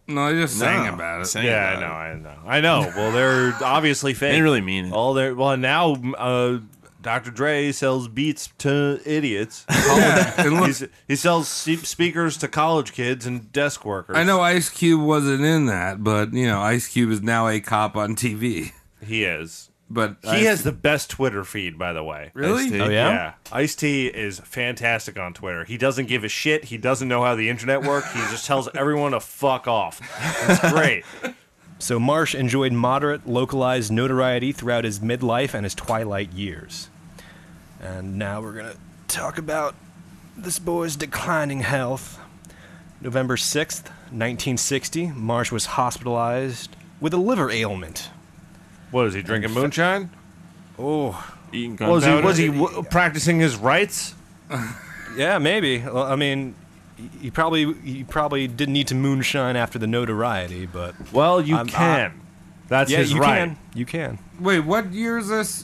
S2: No, they just sang No, about it. sang
S11: yeah,
S2: about
S11: I know, I know, I know. Well, they're obviously fake.
S7: They didn't really mean it.
S11: All their well now, uh, Dr. Dre sells beats to idiots.
S2: Oh,
S11: He's- he sells se- speakers to college kids and desk workers.
S2: I know Ice Cube wasn't in that, but you know, Ice Cube is now a cop on TV.
S11: He is.
S2: But
S11: He
S2: Ice-
S11: has the best Twitter feed, by the way.
S2: Really? Ice-T? Oh, yeah?
S11: Yeah. Ice T is fantastic on Twitter. He doesn't give a shit. He doesn't know how the internet works. He just tells everyone to fuck off. It's great.
S4: So Marsh enjoyed moderate, localized notoriety throughout his midlife and his twilight years. And now we're gonna talk about this boy's declining health. November 6th, 1960, Marsh was hospitalized with a liver ailment.
S11: What is he drinking moonshine?
S4: Oh,
S7: eating
S11: Was he was he w- practicing his rights?
S4: Yeah, maybe. Well, I mean, y- he probably he probably didn't need to moonshine after the notoriety, but
S11: well, you
S2: can. That's
S4: yeah,
S2: his
S4: you
S2: right.
S4: Can. You can.
S2: Wait, what year is this?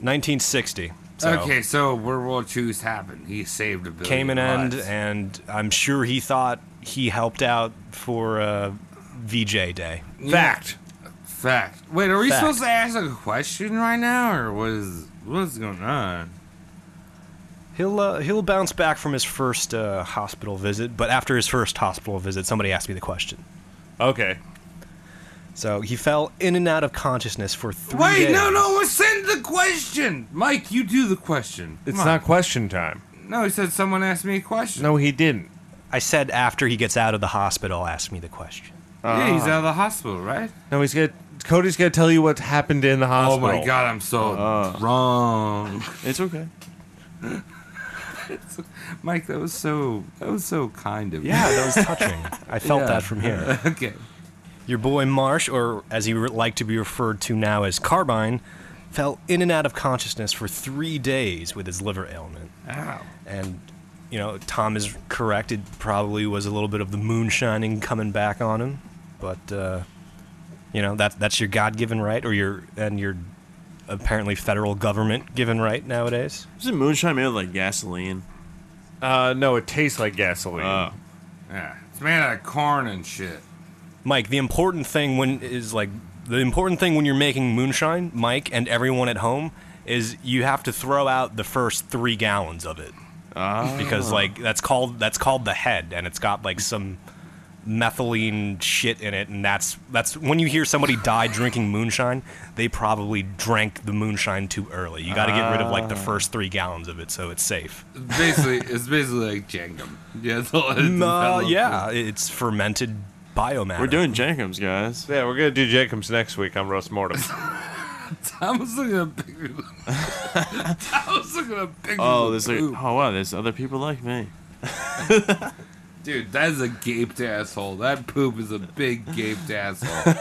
S4: 1960. So
S2: Okay, so World War II's happened. He saved a billion.
S4: Came an end,
S2: lives.
S4: and I'm sure he thought he helped out for uh, VJ Day.
S2: Yeah. Fact. Fact. Wait, are we
S4: Fact.
S2: supposed to ask a question right now, or what is what's going on?
S4: He'll uh, he'll bounce back from his first uh, hospital visit, but after his first hospital visit, somebody asked me the question.
S1: Okay.
S4: So he fell in and out of consciousness for three
S2: Wait,
S4: days.
S2: no, no, we'll send the question. Mike, you do the question.
S4: It's
S2: Come
S4: not
S2: on.
S1: question time.
S2: No, he said someone asked me a question.
S1: No, he didn't.
S4: I said after he gets out of the hospital, ask me the question.
S2: yeah,
S4: Uh-huh.
S2: he's out of the hospital, right?
S1: No, he's got Cody's got to tell you what happened in the
S2: Oh
S1: hospital.
S2: my god, I'm so
S4: Uh-huh.
S2: wrong.
S7: It's okay.
S2: Mike, that was so that was so kind of you.
S4: Yeah, that was touching. I felt
S2: Yeah.
S4: that from here.
S2: okay.
S4: Your boy Marsh, or as he would like to be referred to now as Carbine, fell in and out of consciousness for three days with his liver ailment.
S2: Ow.
S4: And, you know, Tom is correct. It probably was a little bit of the moon shining coming back on him. But, uh, you know, that, that's your God given right, or your, and your apparently federal government given right nowadays.
S7: Isn't moonshine made of like gasoline?
S1: Uh, no, it tastes like gasoline.
S2: Yeah, it's made out of corn and shit.
S4: Mike, the important thing when is like the important thing when you're making moonshine, Mike and everyone at home, is you have to throw out the first three gallons of it. Because like that's called that's called the head and it's got like some methylene shit in it and that's that's when you hear somebody die drinking moonshine, they probably drank the moonshine too early. You gotta get rid of like the
S2: Ah. Uh,
S4: first three gallons of it so it's safe.
S2: Basically, it's basically like Jangum. Yeah, that's all it is.
S4: Uh, yeah, it's fermented biomatter.
S7: We're doing Jenkins, guys.
S1: Yeah, we're gonna do Jenkins next week on roast mortem.
S2: Tom was looking at a picture. Tom was looking at a picture.
S7: Oh, there's like, oh wow, there's other people like me.
S2: Dude, that is a gaped asshole. That poop is a big gaped asshole.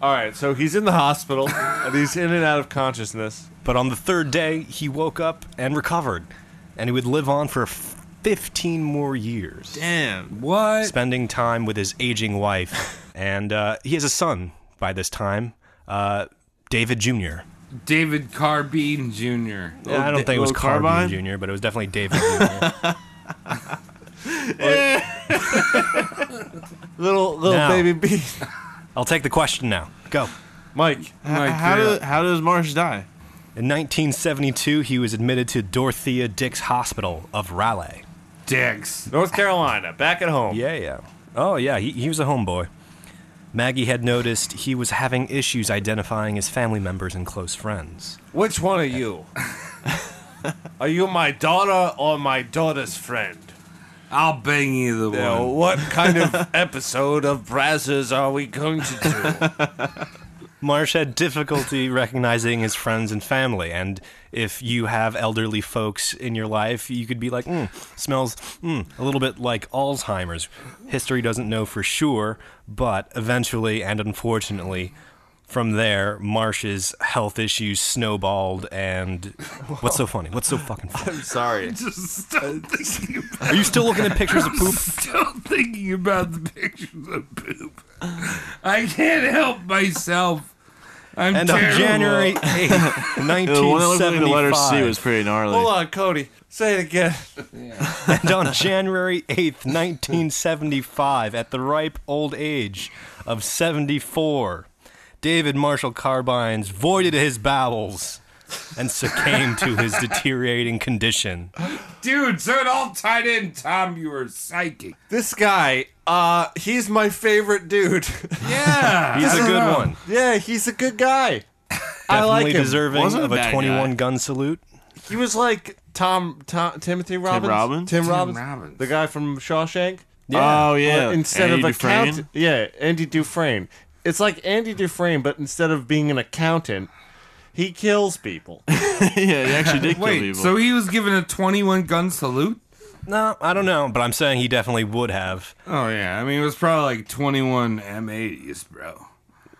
S1: All right, so he's in the hospital and he's in and out of consciousness.
S4: But on the third day, he woke up and recovered, and he would live on for f- 15 more years.
S7: Damn.
S2: What?
S4: Spending time with his aging wife, and uh, he has a son by this time, uh, David Jr.
S2: David Carbine Jr.
S7: Oh,
S4: Yeah, I don't think it was Carbine, Jr., but it was definitely David Jr.
S1: little little
S4: Now.
S1: baby beast.
S4: I'll take the question now. Go.
S1: Mike,
S7: Mike, how yeah. do- how does Marsh die?
S4: In 1972, he was admitted to Dorothea Dix Hospital of Raleigh.
S2: Dix.
S1: North Carolina, back at home.
S4: Yeah, yeah. Oh, yeah, he, he was a homeboy. Maggie had noticed he was having issues identifying his family members and close friends.
S1: Which one are you? are you my daughter or my daughter's friend?
S2: I'll bang either
S1: Now,
S2: one.
S1: what kind of episode of Brazzers are we going to do?
S4: Marsh had difficulty recognizing his friends and family, and if you have elderly folks in your life, you could be like, mm, smells mm, a little bit like Alzheimer's. History doesn't know for sure, but eventually and unfortunately, from there, Marsh's health issues snowballed, and what's so funny? What's so fucking funny?
S2: I'm sorry. just still thinking about
S4: Are you still looking at pictures of poop?
S2: I'm still thinking about the pictures of poop. I can't help myself. I'm
S4: And on
S2: terrible.
S4: January 8th,
S7: The one that looked like
S4: 1975.
S7: the letter C was pretty gnarly.
S1: Hold on, Cody. Say it again.
S4: and on January 8th, 1975, at the ripe old age of 74, David Marshall Carbines voided his bowels and succumbed to his deteriorating condition.
S2: Dude, so it all tied in, Tom. You were psychic.
S1: This guy, uh, he's my favorite dude.
S2: Yeah.
S4: He's a good one.
S1: Yeah, he's a good guy. I
S4: Definitely
S1: like him.
S4: deserving of a 21 gun salute.
S1: He was like Tom, Tom Timothy Robbins.
S7: Robbins?
S1: Tim
S7: Tim
S1: Robbins.
S2: Robbins.
S1: The guy from Shawshank.
S7: Yeah. Oh, yeah.
S1: But instead
S7: Andy
S1: of
S7: Dufresne?
S1: accountant. Yeah, Andy Dufresne. It's like Andy Dufresne, but instead of being an accountant, he kills people.
S7: yeah, he actually did
S2: Wait, so he was given a 21 gun salute?
S4: No, I don't know, but I'm saying he definitely would have.
S2: Oh, yeah. I mean, it was probably like 21 M80s, bro.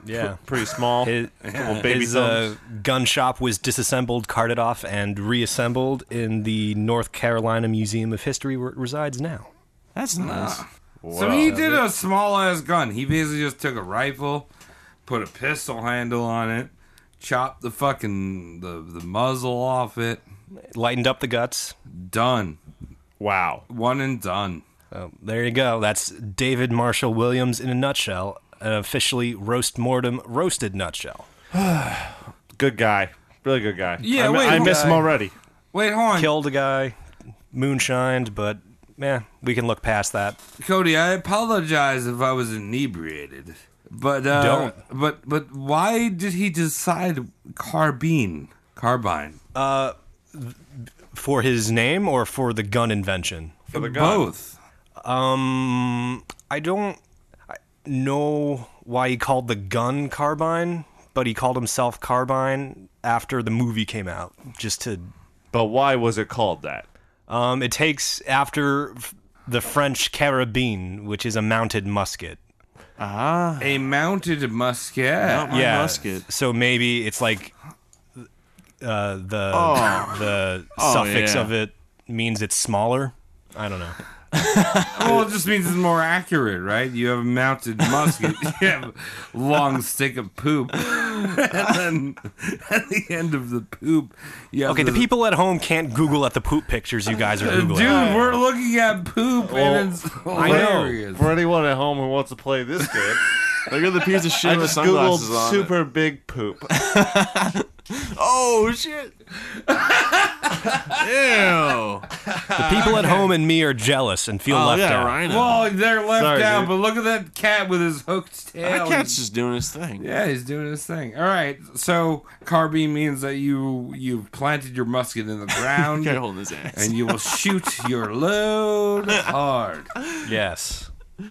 S4: Yeah.
S1: Pretty small.
S4: His,
S1: Little baby
S4: his, uh,
S1: thumbs.
S4: gun shop was disassembled, carted off, and reassembled in the North Carolina Museum of History, where it resides now.
S7: That's nice.
S2: So he did a small ass gun. He basically just took a rifle, put a pistol handle on it, chopped the fucking the, the muzzle off it,
S4: lightened up the guts.
S2: Done.
S1: Wow.
S2: One and done.
S4: Oh, there you go. That's David Marshall Williams in a nutshell. An officially roast mortem roasted nutshell.
S1: good guy. Really good guy.
S2: Yeah,
S1: I, mi-
S2: wait,
S1: I miss
S2: guy.
S1: him already.
S2: Wait, hold on.
S4: Killed a guy, moonshined, but man, we can look past that.
S2: Cody, I apologize if I was inebriated, but uh,
S4: Don't.
S2: But but why did he decide carbine? Carbine.
S4: Uh, for his name or for the gun invention?
S2: For the gun. Both.
S4: Um, I don't I know why he called the gun carbine, but he called himself carbine after the movie came out, just to.
S1: But why was it called that?
S4: Um, it takes after f- the French carabine, which is a mounted musket.
S2: Ah, a mounted musket.
S4: yeah. So maybe it's like uh, the
S2: Oh.
S4: the
S2: Oh,
S4: suffix
S2: yeah.
S4: of it means it's smaller. I don't know.
S2: well, it just means it's more accurate, right? You have a mounted musket. you have a long stick of poop. and then at the end of the poop, you have
S4: Okay, the people at home can't Google at the poop pictures you guys are
S2: Dude,
S4: googling.
S2: we're looking at poop, and it's
S1: I know.
S2: hilarious.
S1: For anyone at home who wants to play this game,
S7: look at the piece of shit
S1: I
S7: with
S1: just
S7: sunglasses
S1: googled
S7: on it.
S1: super big poop.
S7: Oh shit! Ew.
S4: The people at home and me are jealous and feel
S7: Oh,
S4: left out.
S2: Well, Oh, they're left
S4: Sorry,
S2: out,
S4: dude.
S2: but look at that cat with his hooked tail.
S7: That cat's just doing his thing.
S2: Yeah, he's doing his thing. All right, so carbine means that you you've planted your musket in the ground.
S7: Can't hold his ass.
S2: and you will shoot your load hard.
S4: Yes.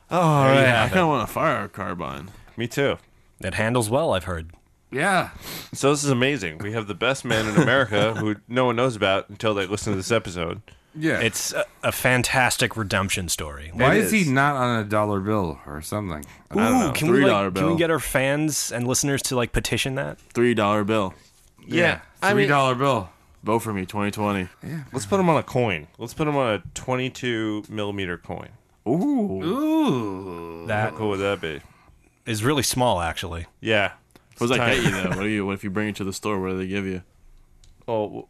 S7: Oh,
S2: There you
S7: I
S2: have
S7: kind
S2: it.
S7: of want a fire carbine.
S1: Me too.
S4: It handles well, I've heard.
S2: Yeah.
S1: So this is amazing. We have the best man in America who no one knows about until they listen to this episode.
S2: Yeah.
S4: It's a, a fantastic redemption story.
S2: Why is, he not on a dollar bill or something?
S4: Ooh, can we like, can we get our fans and listeners to like petition that?
S7: Three dollar bill.
S1: Yeah, I
S2: three
S1: mean-
S2: dollar bill.
S7: Vote for me, 2020. Yeah.
S1: Let's put him on a coin. Let's put him on a 22 millimeter coin.
S7: Ooh.
S2: Ooh.
S1: That How cool would that be?
S4: Is really small, actually.
S1: Yeah.
S7: What does that
S1: Tiny.
S7: get you though? What do you? What if you bring it to the store? What do they give you?
S1: Oh,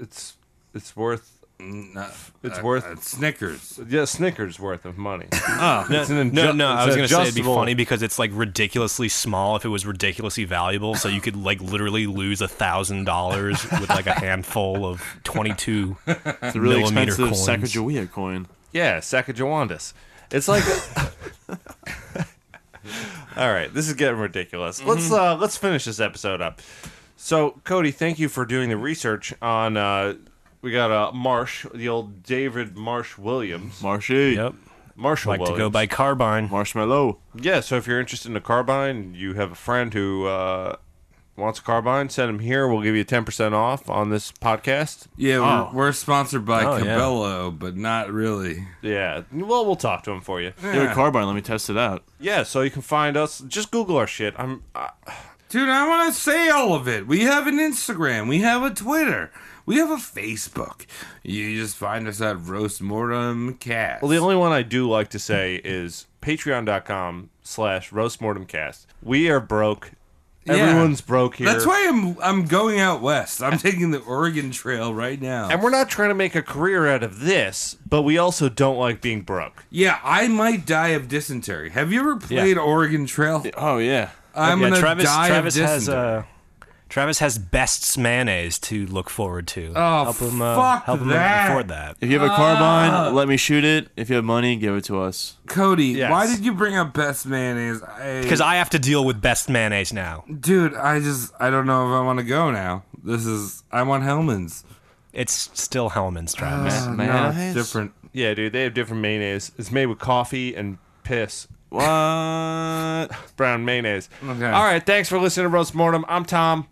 S1: it's it's worth. It's
S2: uh,
S1: worth
S2: uh, Snickers.
S1: Yeah, Snickers worth of money.
S4: Oh, no,
S1: It's an
S4: no,
S1: adju-
S4: no, I
S1: it's
S4: was gonna say it'd be
S1: adjustable.
S4: funny because it's like ridiculously small. If it was ridiculously valuable, so you could like literally lose a thousand dollars with like a handful of twenty-two
S7: It's a really
S4: millimeter coins.
S7: expensive Sacagawea coin.
S1: Yeah, Sacagawandas. It's like. All right, this is getting ridiculous.
S4: Mm-hmm.
S1: Let's uh, let's finish this episode up. So, Cody, thank you for doing the research on. Uh, we got uh, Marsh, the old David Marsh Williams.
S7: Marshy.
S4: Yep.
S1: Marshall
S4: Like to go
S1: Williams.
S4: by carbine.
S7: Marshmallow.
S1: Yeah, so if you're interested in a carbine, you have a friend who uh, wants a carbine, send him here. We'll give you 10% off on this podcast.
S2: Yeah, we're, we're sponsored by
S1: Oh, yeah.
S2: Cabello, but not really.
S1: Yeah. Well, we'll talk to him for you.
S2: Yeah. You have a
S7: carbine. Let me test it out.
S1: Yeah. So you can find us. Just Google our shit. I'm. I,
S2: Dude, I want to say all of it. We have an Instagram. We have a Twitter. We have a Facebook. You just find us at Roast Mortem Cat.
S1: well, the only one I do like to say is patreon.com slash roastmortemcast. We are broke.
S2: Yeah.
S1: Everyone's broke here.
S2: That's why I'm I'm going out west. I'm taking the Oregon Trail right now.
S1: And we're not trying to make a career out of this, but we also don't like being broke.
S2: Yeah, I might die of dysentery. Have you ever played Oregon Trail?
S7: Oh yeah.
S2: I'm gonna
S4: Travis,
S2: die of
S4: Travis has
S2: dysentery.
S4: uh, Travis has best's mayonnaise to look forward to.
S2: Oh,
S4: help him, uh,
S2: fuck
S4: help him
S2: that.
S4: afford that.
S7: If you have a carbine, let me shoot it. If you have money, give it to us.
S2: Cody,
S7: Yes.
S2: why did you bring up best mayonnaise? I-
S4: Because I have to deal with best mayonnaise now.
S2: dude, I just I don't know if I want to go now. This is I want Hellman's.
S4: It's still Hellman's, Travis.
S2: Uh, no, it's different.
S1: Yeah, dude, they have different mayonnaise. It's made with coffee and piss.
S7: What?
S1: Brown mayonnaise.
S2: Okay.
S1: All right, thanks for listening to Roast Mortem. I'm Tom.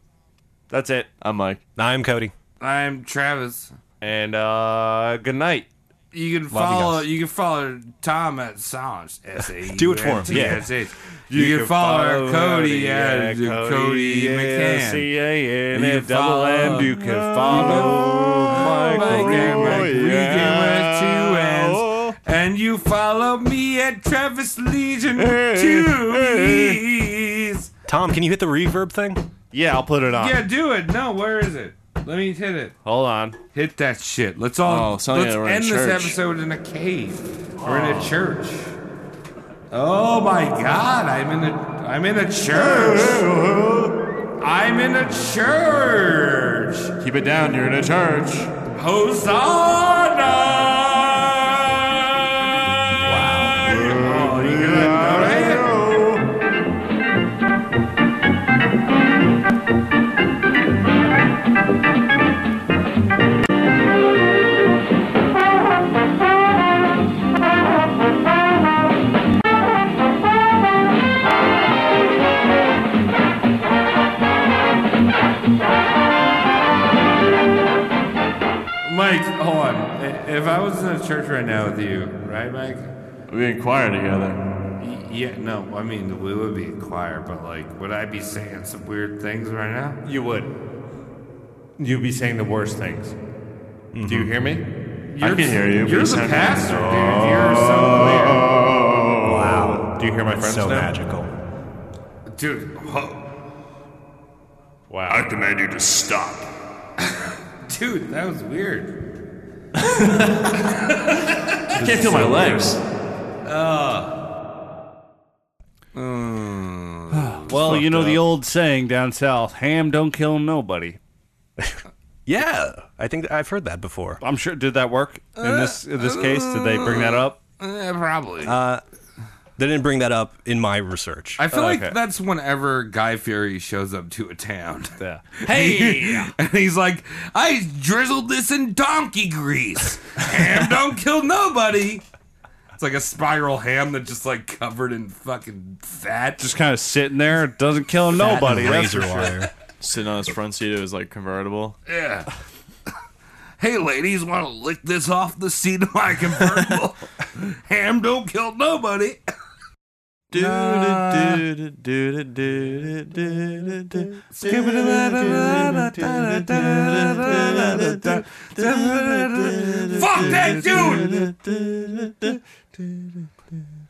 S1: That's it.
S7: I'm Mike.
S4: I'm Cody.
S2: I'm Travis.
S1: And uh good night.
S2: You can
S1: Love you
S2: follow you, can follow Tom at Sounds S A U N T S H.
S1: Do it for him, yeah.
S2: You, can, follow, Cody at Cody, McCann. Oh,
S1: C-A-N,
S2: You
S1: and double M. You can follow Michael Roy.
S2: With two N's. And you follow me at Travis Legion two E's.
S4: Tom, can you hit the reverb thing?
S1: Yeah, I'll put it
S2: Yeah, do it. No, where is it? Let me hit it.
S1: Hold on.
S2: Hit that shit. Let's all
S7: Oh, sounded
S2: let's
S7: like we're in
S2: end
S7: a
S2: this
S7: church. Oh.
S2: episode in a cave or in a church. Oh my god, I'm in a I'm in a church.
S11: I'm in a church.
S7: Keep it down. You're in a church.
S11: Hosanna! Wow. Mike, hold on. I- If I was in a church right now with you, right, Mike?
S7: We'd be in choir together.
S2: Y- Yeah, no, I mean, we would be in choir, but like, would I be saying some weird things right now?
S1: You would. You'd be saying the worst things. Do you hear me?
S2: You're- can hear you, but
S1: You're
S2: you
S1: the
S2: sound-
S1: pastor, dude. You're so weird. Wow. Do you hear my
S4: That's
S1: friends
S4: so
S1: now?
S4: magical.
S2: Dude, ho-
S1: Wow.
S12: I command you to stop.
S2: dude, that was weird.
S7: I can't feel my legs.
S11: Well,
S1: Fucked
S11: you know the
S1: up.
S11: old saying down south: "Ham don't kill nobody."
S4: yeah, I think I've heard that before.
S11: I'm sure. Did that work in this in this case? Did they bring that up?
S2: Eh, probably.
S4: Uh, they didn't bring that up in my research.
S2: I feel like that's whenever Guy Fury shows up to a town.
S11: Yeah.
S2: Hey! and he's like, I drizzled this in donkey grease. ham don't kill nobody. It's like a spiral ham that's just like covered in fucking fat.
S11: Just kind of sitting there, doesn't kill nobody. That's for sure.
S7: Sitting on his front seat, it was like convertible.
S2: Yeah. hey, ladies, want to lick this off the seat of my convertible? ham don't kill nobody.
S7: Do do do do do do do do.
S2: Fuck that dude!